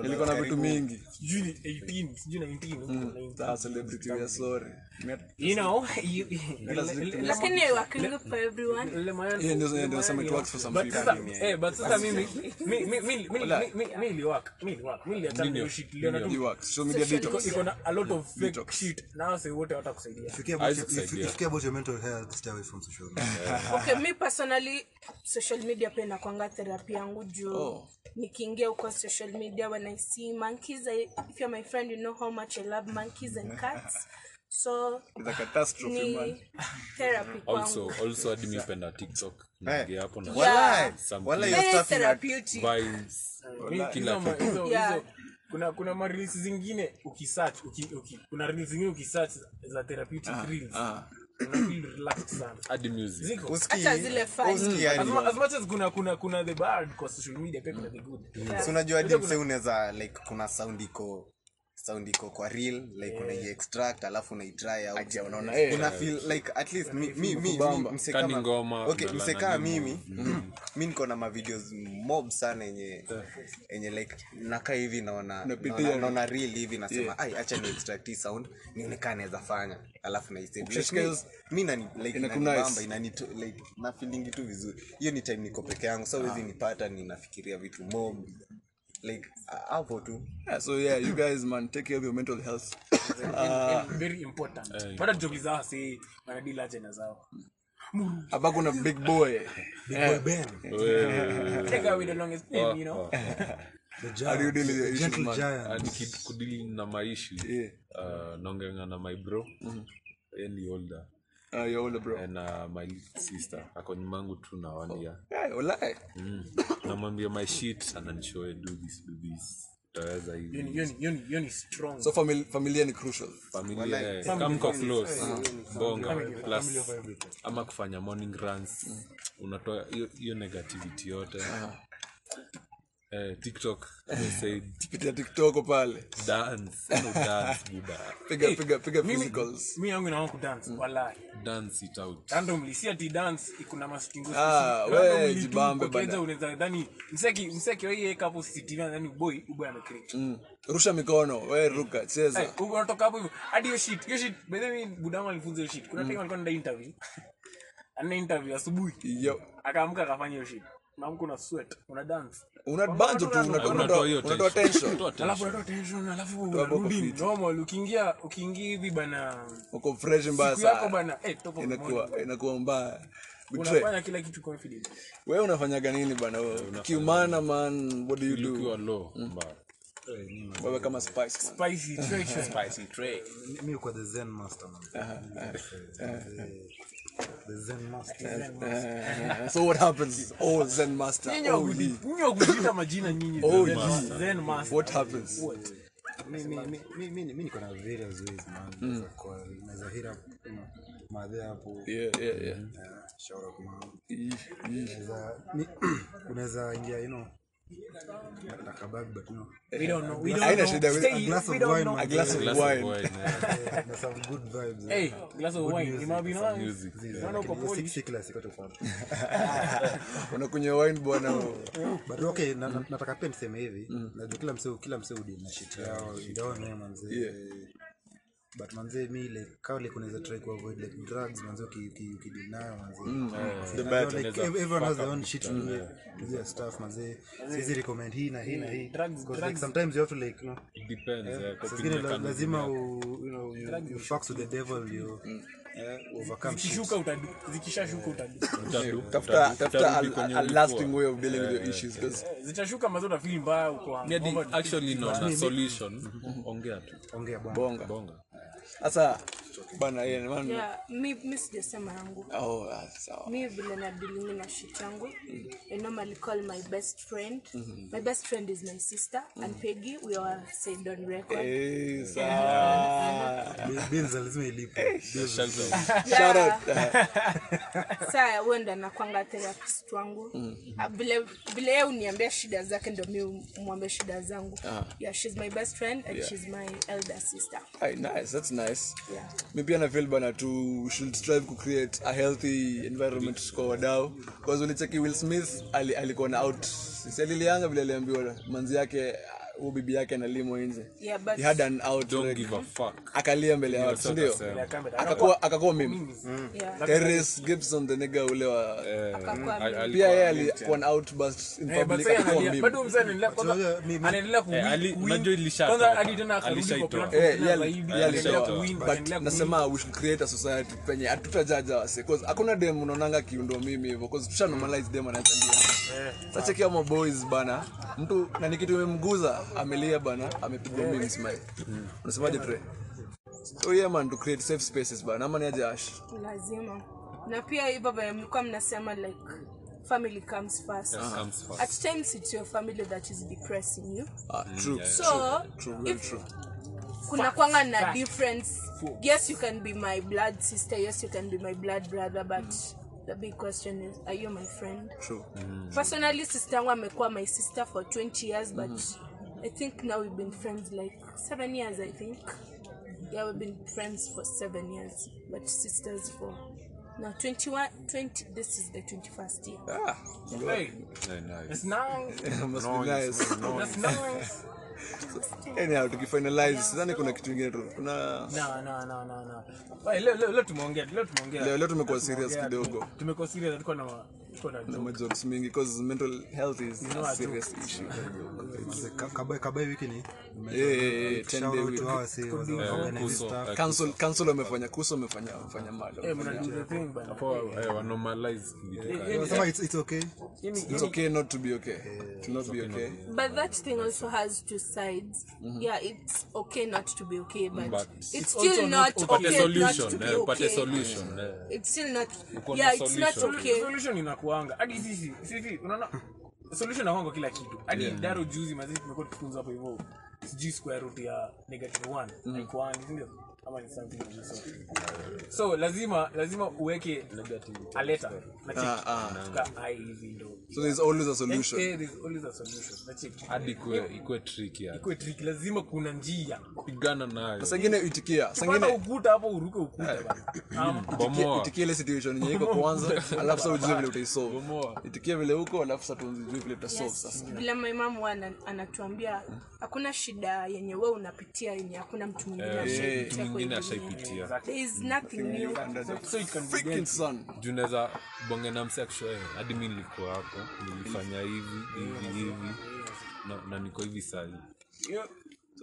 [SPEAKER 1] ilikuwa na vitu mingi
[SPEAKER 3] sijui ni 18 sijui 19 huko, 19.
[SPEAKER 1] Ah, celebrity we are sorry Met-
[SPEAKER 3] you know <laughs> you-
[SPEAKER 1] us
[SPEAKER 3] le-
[SPEAKER 1] look
[SPEAKER 3] le-
[SPEAKER 1] to
[SPEAKER 3] le-
[SPEAKER 5] lakini working for everyone
[SPEAKER 3] le- mayan-
[SPEAKER 1] Yeah, ndio- ndio
[SPEAKER 3] le-
[SPEAKER 1] nasema it
[SPEAKER 3] mayan-
[SPEAKER 1] works for some
[SPEAKER 3] But
[SPEAKER 1] people.
[SPEAKER 3] sasa- eh, but sasa mimi- mi- mi- mi- mi- mi- mi- mi iliwork, mi iliwork. Mi niliachana na hiyo shit, niliona tu
[SPEAKER 1] it works. Social media
[SPEAKER 3] iko-
[SPEAKER 1] detox
[SPEAKER 3] iko na a lot of fake
[SPEAKER 1] Detox.
[SPEAKER 3] shit. Na wase wote hawatakusaidia.
[SPEAKER 2] If you care about
[SPEAKER 6] Isaac's
[SPEAKER 2] your- if you-
[SPEAKER 6] idea.
[SPEAKER 2] if you care about your mental health, stay away from social
[SPEAKER 1] <laughs>
[SPEAKER 2] media.
[SPEAKER 5] okay mi personally social media pia inakwanga therapy yangu juu
[SPEAKER 1] Oh.
[SPEAKER 5] nikiingia huko social media when i see monkeys I, if you're my friend you know how much i love monkeys and cats so
[SPEAKER 1] It's a catastrophe, man.
[SPEAKER 5] ni therapy
[SPEAKER 6] also
[SPEAKER 5] kwangu
[SPEAKER 6] also hadi mi hupenda tiktok naingia hapo na
[SPEAKER 4] Walai,
[SPEAKER 6] Something.
[SPEAKER 4] walai, you're
[SPEAKER 5] Very
[SPEAKER 4] stuffing that-
[SPEAKER 5] therapeutic.
[SPEAKER 6] vibes kila
[SPEAKER 3] Hizo ma-
[SPEAKER 6] kitu.
[SPEAKER 3] hizo-
[SPEAKER 5] Yeah.
[SPEAKER 3] hizo- kuna kuna mareels zingine ukisearch uki, uki, kuna reels zingine ukisearch za therapeutic
[SPEAKER 6] Ah,
[SPEAKER 3] reels una feel relaxed sana
[SPEAKER 6] hadi music
[SPEAKER 3] ziko
[SPEAKER 4] Usikii,
[SPEAKER 5] Hata zile fun.
[SPEAKER 4] usikii
[SPEAKER 3] as,
[SPEAKER 4] yani.
[SPEAKER 3] mu- as much as kuna kuna kuna the bad kwa social media pia kuna the good
[SPEAKER 6] Mm.
[SPEAKER 4] Si unajua hadi mse unaweza like kuna sound iko sound iko kwa real like unaiextract alafu unaidry out.
[SPEAKER 1] unaona, eh.
[SPEAKER 4] Una feel like at least mi, mi, mi, mi,
[SPEAKER 1] Kubamba.
[SPEAKER 4] mse
[SPEAKER 6] Kani
[SPEAKER 4] kama
[SPEAKER 6] ngoma,
[SPEAKER 4] okay,
[SPEAKER 6] unalala
[SPEAKER 4] mse kama
[SPEAKER 6] nini.
[SPEAKER 4] mimi <clears throat> mi niko na mavideos mob sana yenye yenye like nakaa hivi naona
[SPEAKER 1] Unapitia.
[SPEAKER 4] naona- naona real hivi nasema ai acha ni extract hii sound nione kama naweza fanya alafu na
[SPEAKER 1] Ukishika
[SPEAKER 4] like,
[SPEAKER 1] hizo-
[SPEAKER 4] mi nani like
[SPEAKER 1] Inaku
[SPEAKER 4] inanibamba
[SPEAKER 1] nice.
[SPEAKER 4] inanito like na feeling tu vizuri hiyo ni time niko peke yangu so
[SPEAKER 1] Ah.
[SPEAKER 4] wezi nipata ninafikiria vitu mob like ah, hapo tu
[SPEAKER 1] Yeah, so yeah, you guys, man, take care of your mental health.
[SPEAKER 6] Ah.
[SPEAKER 3] and, and very important
[SPEAKER 6] Eh.
[SPEAKER 3] pata job zao si wanadili aje na zao
[SPEAKER 1] Abakuna big boy.
[SPEAKER 6] Eh.
[SPEAKER 3] take away the longest name you
[SPEAKER 6] Ah,
[SPEAKER 3] know
[SPEAKER 1] How do you deal with your issues,
[SPEAKER 2] Gentle
[SPEAKER 1] man? Uh-huh.
[SPEAKER 2] giant.
[SPEAKER 6] hadi kid- kudili na maishu
[SPEAKER 1] Yeah.
[SPEAKER 6] uh, naongeanga na my bro Yeye ni older eh,
[SPEAKER 1] Uh, you're older, bro.
[SPEAKER 6] na my little sister ako nyumangu tu na one year
[SPEAKER 1] Yeah, walai.
[SPEAKER 6] namwambia my shit ananishoe do this do this utaweza
[SPEAKER 3] Hiyo ni-
[SPEAKER 6] hivi
[SPEAKER 3] hiyo ni- hiyo ni- hiyo ni strong
[SPEAKER 1] So family, familia ni crucial.
[SPEAKER 6] familia eh, kama mko close bonga plus
[SPEAKER 2] everything.
[SPEAKER 6] ama kufanya morning runs unatoa hiyo- hiyo negativity yote eh, tiktok as I said,
[SPEAKER 1] Pitia TikTok pale.
[SPEAKER 6] dance <laughs> no dance buda
[SPEAKER 1] Piga, piga, piga
[SPEAKER 3] mimi
[SPEAKER 1] physicals.
[SPEAKER 3] mimi yangu inaona kudance wala
[SPEAKER 6] dance it out
[SPEAKER 3] randomly si ati dance ikuna mastingo
[SPEAKER 1] Ah, we, jibambe
[SPEAKER 3] kwanza
[SPEAKER 1] bana.
[SPEAKER 3] unaweza dhani mseki mseki wewe hapo CCTV nadhani boy uboy amecreate
[SPEAKER 1] Mm. Rusha mikono, we ruka,
[SPEAKER 3] Hey,
[SPEAKER 1] cheza.
[SPEAKER 3] uko unatoka hapo hivyo hadi hiyo shit hiyo shit by the way budangu alifunza hiyo shit
[SPEAKER 1] Mm.
[SPEAKER 3] kuna time alikuwa anaenda interview <laughs> ana interview asubuhi
[SPEAKER 1] Yo.
[SPEAKER 3] akaamka akafanya hiyo shit na mko una sweat una dance
[SPEAKER 1] Una banjo tu, unatoa-
[SPEAKER 6] unatoa hiyo
[SPEAKER 1] unatoa unatoa
[SPEAKER 6] tension.
[SPEAKER 1] tension.
[SPEAKER 6] Toa
[SPEAKER 3] alafu
[SPEAKER 6] tension
[SPEAKER 3] unatoa tension alafu
[SPEAKER 1] hapo
[SPEAKER 3] unarudi
[SPEAKER 1] kwa fit.
[SPEAKER 3] normal ukiingia ukiingia hivi bana
[SPEAKER 1] Uko fresh mbaya
[SPEAKER 3] siku yako
[SPEAKER 1] sana.
[SPEAKER 3] bana eh top of the morning
[SPEAKER 1] Inakuwa inakuwa mbaya. Betray.
[SPEAKER 3] unafanya kila kitu confident
[SPEAKER 1] We unafanyaga nini bana? wewe? Kiumana man, what do you do?
[SPEAKER 6] ukiwa low
[SPEAKER 1] Mm.
[SPEAKER 6] mbaya
[SPEAKER 1] Wewe kama spice man.
[SPEAKER 3] spicy tray tray
[SPEAKER 2] Mi- mi uko the zen master man.
[SPEAKER 1] Uh-huh.
[SPEAKER 2] The- the zen master
[SPEAKER 1] Uh-huh. so what happens? Oh Zen master.
[SPEAKER 3] Nyinyi wa
[SPEAKER 1] Oh,
[SPEAKER 3] kuli-
[SPEAKER 1] Lee.
[SPEAKER 3] nyinyi wa kujiita majina nyinyi
[SPEAKER 1] Oh,
[SPEAKER 3] Zen
[SPEAKER 1] ye.
[SPEAKER 3] Master, Zen Master.
[SPEAKER 1] What happens?
[SPEAKER 3] What?
[SPEAKER 2] Mi- mi- mi- mi- mi- mi niko na various ways man Naweza kwa- naweza hit up, you know, madhe hapo
[SPEAKER 1] Yeah, yeah, yeah.
[SPEAKER 2] yeah, shout out man.
[SPEAKER 1] Eesh,
[SPEAKER 6] Mm-hmm.
[SPEAKER 1] eesh.
[SPEAKER 2] Unaweza- ni- <clears throat> unaweza ingia you know, na- na kabab, but, you know,
[SPEAKER 3] We don't know. We don't
[SPEAKER 1] Haina
[SPEAKER 3] know.
[SPEAKER 1] shida, we-
[SPEAKER 3] Stay,
[SPEAKER 2] a glass <laughs>
[SPEAKER 3] we
[SPEAKER 2] of
[SPEAKER 3] don't
[SPEAKER 2] wine,
[SPEAKER 3] know.
[SPEAKER 2] man.
[SPEAKER 1] A glass of
[SPEAKER 6] Glass of
[SPEAKER 1] wine.
[SPEAKER 6] wine,
[SPEAKER 2] <laughs>
[SPEAKER 6] eh,
[SPEAKER 2] eh, na some good vibes, eh.
[SPEAKER 3] Hey, glass of wine. It might be nice.
[SPEAKER 6] music.
[SPEAKER 3] Naona uko
[SPEAKER 2] Lakini
[SPEAKER 3] Polish.
[SPEAKER 2] si- si kila siku tofauti.
[SPEAKER 1] <laughs> Unakunywa wine bwana. wewe.
[SPEAKER 6] Mm-hmm.
[SPEAKER 2] But okay, na- na- nataka pia niseme hivi najua kila mseu kila mseu deal na shit yao idaone manzee
[SPEAKER 1] Yeah.
[SPEAKER 2] but manzee mi like kawa like unaweza try kuavoid like drugs manzee uki- uki- ukidil nayo manzee
[SPEAKER 1] The
[SPEAKER 2] Najua,
[SPEAKER 1] better.
[SPEAKER 2] like, ev- everyone has their own shit to do to their stuff manzee siwezi recommend hii na hii na hii
[SPEAKER 3] Drugs-
[SPEAKER 2] 'Cause, like
[SPEAKER 3] drugs-
[SPEAKER 2] sometimes you have to like you know
[SPEAKER 6] it depends, eh, kwa
[SPEAKER 2] saa zingine la-
[SPEAKER 6] opinion yako.
[SPEAKER 2] lazima u- you know, you- you fucks with the devil, you, eh, overcome shit.
[SPEAKER 3] Zikishuka utadu- zikishashuka utadu-
[SPEAKER 6] Utadu-
[SPEAKER 1] Tafuta
[SPEAKER 6] utadu-
[SPEAKER 1] tafuta
[SPEAKER 6] utarudi
[SPEAKER 1] a,
[SPEAKER 6] kwenye
[SPEAKER 1] a, a lasting
[SPEAKER 6] ulikuwa.
[SPEAKER 1] way of dealing with your issues because
[SPEAKER 3] Eh, zitashuka mazuri feel mbaya uko
[SPEAKER 6] Ni hadi-
[SPEAKER 3] hungover.
[SPEAKER 6] Yaani, actually naona solution ongea tu
[SPEAKER 2] Ongea bwana.
[SPEAKER 1] bonga.
[SPEAKER 6] bonga
[SPEAKER 1] Sasa bana yeye man.
[SPEAKER 5] yeah, mi, mi sijasema yangu
[SPEAKER 1] Oh, ah, sawa.
[SPEAKER 5] mi vile nabilingi na shit yangu i normally call my best friend
[SPEAKER 1] Mm-hmm.
[SPEAKER 5] my best friend is my sister and peggy we are said on record
[SPEAKER 1] Eh, sawa.
[SPEAKER 2] Bi- bills lazima ilipwe. Bills
[SPEAKER 5] <laughs>
[SPEAKER 1] Shout out. <laughs>
[SPEAKER 5] saa wenda nakwanga therapist wangu Ah, vile vile yeye uniambia shida zake ndo mi mwambia shida zangu yeah, she's my best friend and
[SPEAKER 1] Yeah.
[SPEAKER 5] she's my elder sister
[SPEAKER 1] Hey, nice. That's nice.
[SPEAKER 5] Yeah.
[SPEAKER 1] mi pia na feel bana tu we should strive to create a healthy environment kwa wadau bcause ulicheki will smith ali- alikuwa na out si alilianga vile aliambiwa manzi yake huu bibi yake analimo nje
[SPEAKER 5] Yeah, but-
[SPEAKER 1] He had an out
[SPEAKER 6] don't
[SPEAKER 1] like,
[SPEAKER 6] give a fuck
[SPEAKER 1] akalia mbele ya watu sindio
[SPEAKER 6] Sasa,
[SPEAKER 3] Ya kamera.
[SPEAKER 1] akakuwa akakuwa mimi
[SPEAKER 5] yeah.
[SPEAKER 1] Tyrese Gibson the nigga ule wa
[SPEAKER 5] Akakuwa
[SPEAKER 6] al- al-
[SPEAKER 1] pia yeye alikuwa na outburst in
[SPEAKER 3] Eh, but
[SPEAKER 1] public
[SPEAKER 3] sasa
[SPEAKER 1] akakuwa
[SPEAKER 3] analia- bado
[SPEAKER 1] mimi
[SPEAKER 3] mzee anaendelea kwanza-
[SPEAKER 2] Unajua, mi- mi-
[SPEAKER 3] anaendelea kuwin-
[SPEAKER 6] Eh, ali-
[SPEAKER 3] kuwin.
[SPEAKER 6] unajua ilisha-
[SPEAKER 3] Kwanza hadi tena akarudi
[SPEAKER 6] alisha-
[SPEAKER 3] kwa
[SPEAKER 6] itoa.
[SPEAKER 3] platform
[SPEAKER 1] Eh,
[SPEAKER 3] tena
[SPEAKER 1] yeye ali-
[SPEAKER 3] zaidi,
[SPEAKER 6] yeye
[SPEAKER 3] akaendelea
[SPEAKER 6] alisha-
[SPEAKER 3] kuwin,
[SPEAKER 1] but
[SPEAKER 3] akaendelea kuwin.
[SPEAKER 1] nasema we should create a society penye hatutajaja wase cause hakuna dem unaonanga kiundo mimi hivyo cause tusha normalize dem anaanzalia
[SPEAKER 3] Eh.
[SPEAKER 1] sasa kama boys bana mtu
[SPEAKER 3] Eh.
[SPEAKER 1] na ni kitu imemguza amelia bana amepigwa mimi smile unasemaje pre so yeah man to create safe spaces bana ama ni aje ash
[SPEAKER 5] lazima na pia hivyo venye mlikuwa mnasema like family comes first
[SPEAKER 1] Ah.
[SPEAKER 6] Yes, comes first.
[SPEAKER 5] at times it's your family that is depressing you
[SPEAKER 1] ah, true
[SPEAKER 5] so
[SPEAKER 1] true very
[SPEAKER 5] if
[SPEAKER 1] true
[SPEAKER 5] kuna kwanga na difference yes you can be my blood sister yes you can be my blood brother but the big question is are you my friend
[SPEAKER 1] true
[SPEAKER 5] personally sister yangu amekuwa my sister for 20 years but i think now we've been friends like seven years i think yeah we've been friends for seven years but sisters for now 21 20 this is the 21st year
[SPEAKER 1] ah <laughs>
[SPEAKER 3] Hey,
[SPEAKER 6] Very nice.
[SPEAKER 3] that's nice.
[SPEAKER 1] must be nice
[SPEAKER 3] That's nice.
[SPEAKER 1] <laughs> anyhow tukifinalize sidhani kuna kitu ingine tu kuna
[SPEAKER 3] No, no, no, no, no. Wait, leo- leo- leo tumeongea, leo tumeongea.
[SPEAKER 1] leo leo tumekuwa
[SPEAKER 3] Tumeongea,
[SPEAKER 1] serious kidogo
[SPEAKER 3] tume- tumekuwa serious, tulikuwa na ma- tulikuwa na
[SPEAKER 1] na
[SPEAKER 3] joke.
[SPEAKER 1] majokes mingi because mental health is
[SPEAKER 3] know,
[SPEAKER 1] a
[SPEAKER 3] I
[SPEAKER 1] serious issue
[SPEAKER 2] kabai kabai wiki ni
[SPEAKER 1] Yeah, yeah, yeah, yeah, 10 day
[SPEAKER 2] shout out to
[SPEAKER 1] week.
[SPEAKER 2] our E say, was
[SPEAKER 6] Eh,
[SPEAKER 2] organizing
[SPEAKER 6] kuso,
[SPEAKER 2] stuff.
[SPEAKER 6] eh,
[SPEAKER 1] council council wamefanya kuso wamefanya wamefanya
[SPEAKER 3] Eh,
[SPEAKER 1] mada
[SPEAKER 3] mna do the thing bana.
[SPEAKER 6] hapo, eh, wanormalize vitu kama hivi.
[SPEAKER 2] Wanasema it's- it's okay.
[SPEAKER 3] Yaani-
[SPEAKER 1] it's
[SPEAKER 3] yaani-
[SPEAKER 1] okay not to be okay to not be okay
[SPEAKER 5] but that thing also has two sides yeah it's okay not to be okay but,
[SPEAKER 6] But
[SPEAKER 5] it's,
[SPEAKER 6] it's
[SPEAKER 5] still
[SPEAKER 3] also
[SPEAKER 5] not,
[SPEAKER 3] not
[SPEAKER 6] Upate
[SPEAKER 5] okay not to
[SPEAKER 6] solution,
[SPEAKER 5] be
[SPEAKER 6] eh, upate
[SPEAKER 5] okay
[SPEAKER 6] solution, eh.
[SPEAKER 5] it's still not
[SPEAKER 6] Uko na
[SPEAKER 5] yeah it's not
[SPEAKER 6] solution.
[SPEAKER 5] okay
[SPEAKER 3] solution inakuanga hadi sisi sisi unaona solution inakuanga kila kitu hadi daro juzi mazi tumekuwa tukifunza hapo hivyo sijui square root ya negative 1
[SPEAKER 1] Mm.
[SPEAKER 3] haikuangi sindio ama ni something like that, so. so lazima lazima uweke aleta na cheki
[SPEAKER 1] Ah, ah.
[SPEAKER 3] Tuka ai hivi ndo
[SPEAKER 1] so there's always a
[SPEAKER 3] Eh,
[SPEAKER 1] solution
[SPEAKER 3] eh, there's always a solution na cheki
[SPEAKER 6] hadi ikuwe- ikuwe tricky hadi.
[SPEAKER 3] kwa trick lazima kuna njia
[SPEAKER 6] pigana nayo
[SPEAKER 1] saa ingine itikia saa
[SPEAKER 3] panda
[SPEAKER 1] ingine
[SPEAKER 3] ukuta hapo uruke ukuta
[SPEAKER 1] Eh.
[SPEAKER 3] bana Ama-
[SPEAKER 1] itikia-
[SPEAKER 6] bomoa
[SPEAKER 1] itikia ile situation yenye iko kwanza alafu sa ujue vile utaisolve
[SPEAKER 6] Bomoa.
[SPEAKER 1] itikia vile huko alafu sa tujue vile tutasolve sasa
[SPEAKER 5] vile my mom huwa ana- anatuambia hakuna shida yenye we unapitia yenye hakuna mtu mwingine
[SPEAKER 1] eh,
[SPEAKER 5] ashaipitia
[SPEAKER 6] Eh, mtu
[SPEAKER 5] kwa
[SPEAKER 6] mwingine
[SPEAKER 5] hii dunia.
[SPEAKER 6] ashaipitia
[SPEAKER 5] There is nothing new.
[SPEAKER 1] Under the
[SPEAKER 3] so it can be
[SPEAKER 1] freaking sun
[SPEAKER 6] junaweza bonge na msexual eh, hadi mi nilikuwa hapo nilifanya hivi hivi hivi na, na niko hivi sahi
[SPEAKER 3] Yeah,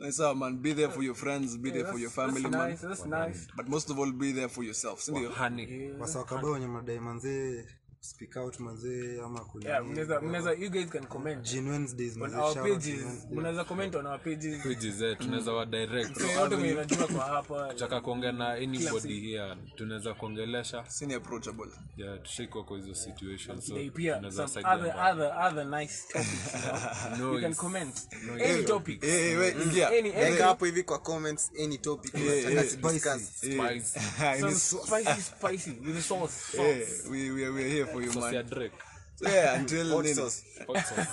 [SPEAKER 1] so it's sawa man be there for your friends be there for your
[SPEAKER 3] that's-
[SPEAKER 1] family
[SPEAKER 3] that's
[SPEAKER 1] man
[SPEAKER 3] nice, that's nice
[SPEAKER 1] but most of all be there for yourself sindio
[SPEAKER 6] hani
[SPEAKER 2] Wasawa kabai wenye madai manzee speak out manzee ama kuna
[SPEAKER 1] Mm.
[SPEAKER 3] yeah mnaweza mnaweza you guys can comment
[SPEAKER 2] Gene Wednesdays,
[SPEAKER 3] on
[SPEAKER 2] manzee,
[SPEAKER 3] our
[SPEAKER 2] shout out to
[SPEAKER 3] pages
[SPEAKER 2] Wednesdays.
[SPEAKER 3] mnaweza comment on our pages
[SPEAKER 6] peji zetu tunaweza wa direct
[SPEAKER 3] so yote mwenye unajua kwa
[SPEAKER 1] <laughs>
[SPEAKER 3] hapa
[SPEAKER 6] taka kuongea na anybody here tunaweza kuongelesha
[SPEAKER 1] sini approachable
[SPEAKER 6] yeah, tushaikuwa kwa hizo situation so
[SPEAKER 3] they appear
[SPEAKER 6] tunaweza
[SPEAKER 3] some
[SPEAKER 6] saidia
[SPEAKER 3] other other other nice topics you know?
[SPEAKER 6] No,
[SPEAKER 3] you can
[SPEAKER 6] it's-
[SPEAKER 3] comment any topics
[SPEAKER 1] Eh, eh, we, ingia.
[SPEAKER 3] Mm-hmm. any
[SPEAKER 1] <laughs>
[SPEAKER 3] any
[SPEAKER 4] weka hapo hivi kwa comments any topic unataka
[SPEAKER 1] eh,
[SPEAKER 4] tudiscuss.
[SPEAKER 6] Spice.
[SPEAKER 3] some spicy spicy with the
[SPEAKER 1] <laughs>
[SPEAKER 3] sauce
[SPEAKER 1] Eh,
[SPEAKER 3] sauce
[SPEAKER 1] we, we, we are here for you
[SPEAKER 6] Sauce ya
[SPEAKER 1] man
[SPEAKER 6] Drake.
[SPEAKER 1] yeah, until
[SPEAKER 4] Hot
[SPEAKER 1] nini
[SPEAKER 4] sauce.
[SPEAKER 6] Hot sauce.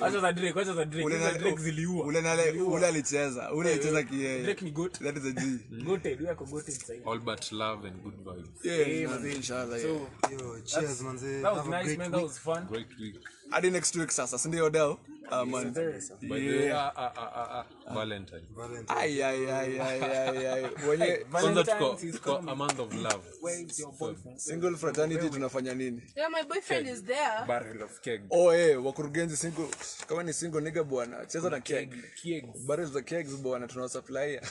[SPEAKER 3] acha za Drake acha za Drake
[SPEAKER 1] Ule
[SPEAKER 3] hizo za
[SPEAKER 1] na-
[SPEAKER 3] Drake ziliua
[SPEAKER 1] ule nale- ule alicheza ule alicheza
[SPEAKER 3] Drake ni goat
[SPEAKER 1] that is
[SPEAKER 3] <laughs>
[SPEAKER 1] a g
[SPEAKER 3] goated we are goated sasa
[SPEAKER 1] Oh,
[SPEAKER 6] all but love and good vibes
[SPEAKER 1] yeah man, inshallah yeah.
[SPEAKER 3] so
[SPEAKER 2] Yo, cheers manzee.
[SPEAKER 3] that was
[SPEAKER 2] Have a
[SPEAKER 3] nice
[SPEAKER 2] great
[SPEAKER 3] man
[SPEAKER 2] week.
[SPEAKER 3] that was fun
[SPEAKER 6] great week
[SPEAKER 1] hadi next week sasa sindio dao Ah, man.
[SPEAKER 6] by the way ah, ah, ah, ah, ah, valentine
[SPEAKER 1] Ai, ai, ai, ai, ai,
[SPEAKER 3] <laughs>
[SPEAKER 1] ai. wenye
[SPEAKER 6] kwanza tuko
[SPEAKER 3] Valentine's is
[SPEAKER 6] tuko
[SPEAKER 3] coming.
[SPEAKER 6] a month of love
[SPEAKER 3] Waves your boyfriend
[SPEAKER 1] single fraternity tunafanya nini
[SPEAKER 5] Yeah, my boyfriend is there.
[SPEAKER 6] barrel of keg
[SPEAKER 1] oh eh wakurugenzi single kama ni single niga bwana cheza na keg
[SPEAKER 3] Kieg.
[SPEAKER 1] barrels za kegs bwana tunawasupplyia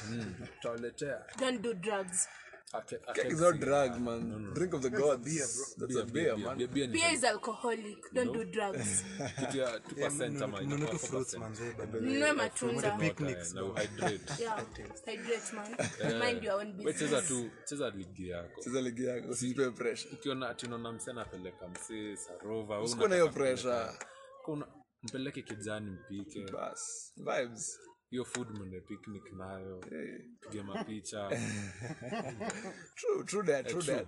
[SPEAKER 6] tutawaletea
[SPEAKER 5] Don't do drugs.
[SPEAKER 6] Ake-
[SPEAKER 1] Cake
[SPEAKER 6] ake-
[SPEAKER 1] is not drug, man. Drink of the gods. That's a beer, man.
[SPEAKER 6] Beer- beer ni
[SPEAKER 5] Beer is alcoholic. Don't do drugs.
[SPEAKER 6] <laughs> kitu ya 2% ama inakuwa
[SPEAKER 2] Mnunuke fruits
[SPEAKER 6] 4%.
[SPEAKER 2] manzee.
[SPEAKER 6] Eh,
[SPEAKER 5] Mnunue matunda.
[SPEAKER 6] Water, eh, na uhydrate.
[SPEAKER 5] <laughs> Yeah. Hydrate,
[SPEAKER 6] <laughs>
[SPEAKER 5] man. Mind your own
[SPEAKER 6] We cheza
[SPEAKER 5] business.
[SPEAKER 6] Eh. tu cheza ligi yako
[SPEAKER 1] Cheza ligi yako, usijipe pressure.
[SPEAKER 6] ukiona ati unaona msee anapeleka msee sarova wewe
[SPEAKER 1] Usiwe na hiyo
[SPEAKER 6] unataka
[SPEAKER 1] pressure.
[SPEAKER 6] kupeleka- kuna- mpeleke kijani mpike
[SPEAKER 1] Bas. Vibes.
[SPEAKER 6] hiyo food mwende picnic nayo
[SPEAKER 1] Hey. <laughs>
[SPEAKER 6] pige mapicha
[SPEAKER 1] True, true that, Eh, true
[SPEAKER 6] True.
[SPEAKER 1] that.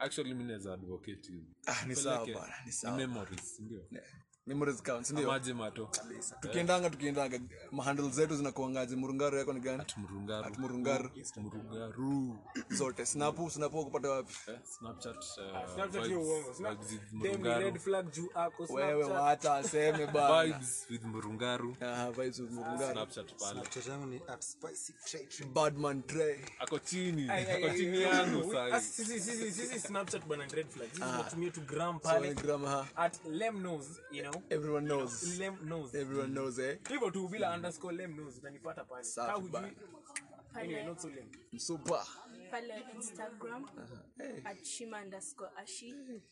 [SPEAKER 6] actually mi naweza advocate hivi
[SPEAKER 1] Ah, ni sawa
[SPEAKER 6] Mpeleke.
[SPEAKER 1] bwana, ni
[SPEAKER 6] Ni
[SPEAKER 1] sawa.
[SPEAKER 6] memories ndio
[SPEAKER 1] Memories count, sindio?
[SPEAKER 6] maji mato
[SPEAKER 1] tukiendanga tukiendanga mahandle zetu zinakuangaje murungaru yako ni gani
[SPEAKER 6] murungaru
[SPEAKER 1] At murungaru
[SPEAKER 6] murungaru
[SPEAKER 1] zote snapu snapu kupata wapi
[SPEAKER 6] Eh, snapchat eh,
[SPEAKER 3] Snapchat hiyo
[SPEAKER 6] vibes-
[SPEAKER 3] uongo, snap-
[SPEAKER 6] vibes with
[SPEAKER 3] Dem ni
[SPEAKER 6] murungaru
[SPEAKER 3] red flag juu ako
[SPEAKER 1] wewe
[SPEAKER 3] Snapchat.
[SPEAKER 1] wacha aseme bana
[SPEAKER 6] vibes with murungaru
[SPEAKER 1] Ah, vibes with murungaru
[SPEAKER 6] snapchat pale
[SPEAKER 2] Snapchat yangu ni at spicy Trey Trey.
[SPEAKER 1] badman Trey.
[SPEAKER 6] ako chini
[SPEAKER 3] Ay, ay,
[SPEAKER 6] ako
[SPEAKER 3] ay,
[SPEAKER 6] chini
[SPEAKER 3] ay,
[SPEAKER 6] yangu
[SPEAKER 3] we-
[SPEAKER 6] sai Ah.
[SPEAKER 3] ah, sisi- sisi- sisi Snapchat bana ni red flag. Sisi tunatumia tu gram pale.
[SPEAKER 1] Telegram, ha.
[SPEAKER 3] At lem knows, you know.
[SPEAKER 1] everyone knows
[SPEAKER 3] Lem knows.
[SPEAKER 1] everyone knows eh
[SPEAKER 3] Hivyo tu bila underscore lem knows, utanipata pale.
[SPEAKER 1] Safi
[SPEAKER 3] Ka hujui-
[SPEAKER 1] bana.
[SPEAKER 5] Pale,
[SPEAKER 3] anyway, not so lem.
[SPEAKER 1] msupa
[SPEAKER 5] pale Instagram.
[SPEAKER 6] Uh-huh. Eh.
[SPEAKER 5] At shima underscore ashi.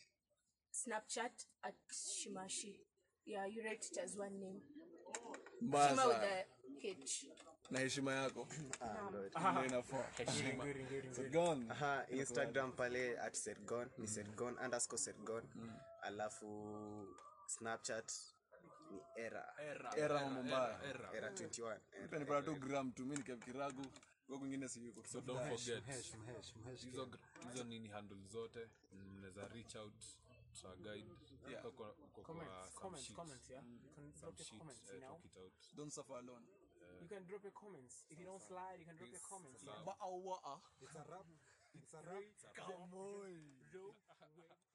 [SPEAKER 5] Snapchat. At shimashi. Yeah, you write it as one name. Shima with
[SPEAKER 1] mbasa
[SPEAKER 5] a H.
[SPEAKER 1] na heshima yako ndio <laughs> inafaa heshima
[SPEAKER 3] Ngiri, ngiri, ngiri.
[SPEAKER 1] so gone
[SPEAKER 4] Aha, instagram pale at sergon ni sergon underscore sergon
[SPEAKER 1] Mm.
[SPEAKER 4] alafu snapchat ni era
[SPEAKER 1] era mambo mbaya
[SPEAKER 4] era 21 era.
[SPEAKER 1] nipata tu gram tu mi nikakiragu kwa kwingine siyuko
[SPEAKER 6] so don't forget
[SPEAKER 2] Mhesh, mhesh, mhesh.
[SPEAKER 6] hizo hizo nini handle zote mm, mnaweza reach out tuta guide Uko kwa- uko kwa
[SPEAKER 3] Comments,
[SPEAKER 6] some
[SPEAKER 3] comments,
[SPEAKER 6] sheets.
[SPEAKER 3] comments, yeah? You can drop your
[SPEAKER 6] Sheet,
[SPEAKER 3] comments
[SPEAKER 6] eh,
[SPEAKER 3] now.
[SPEAKER 6] talk it out
[SPEAKER 1] don't suffer alone
[SPEAKER 3] You can drop your comments. If you don't slide, you can drop your comments.
[SPEAKER 1] Ba- awa, ah.
[SPEAKER 2] It's a rap. It's a rap.
[SPEAKER 1] Come on.
[SPEAKER 3] Zo, wet.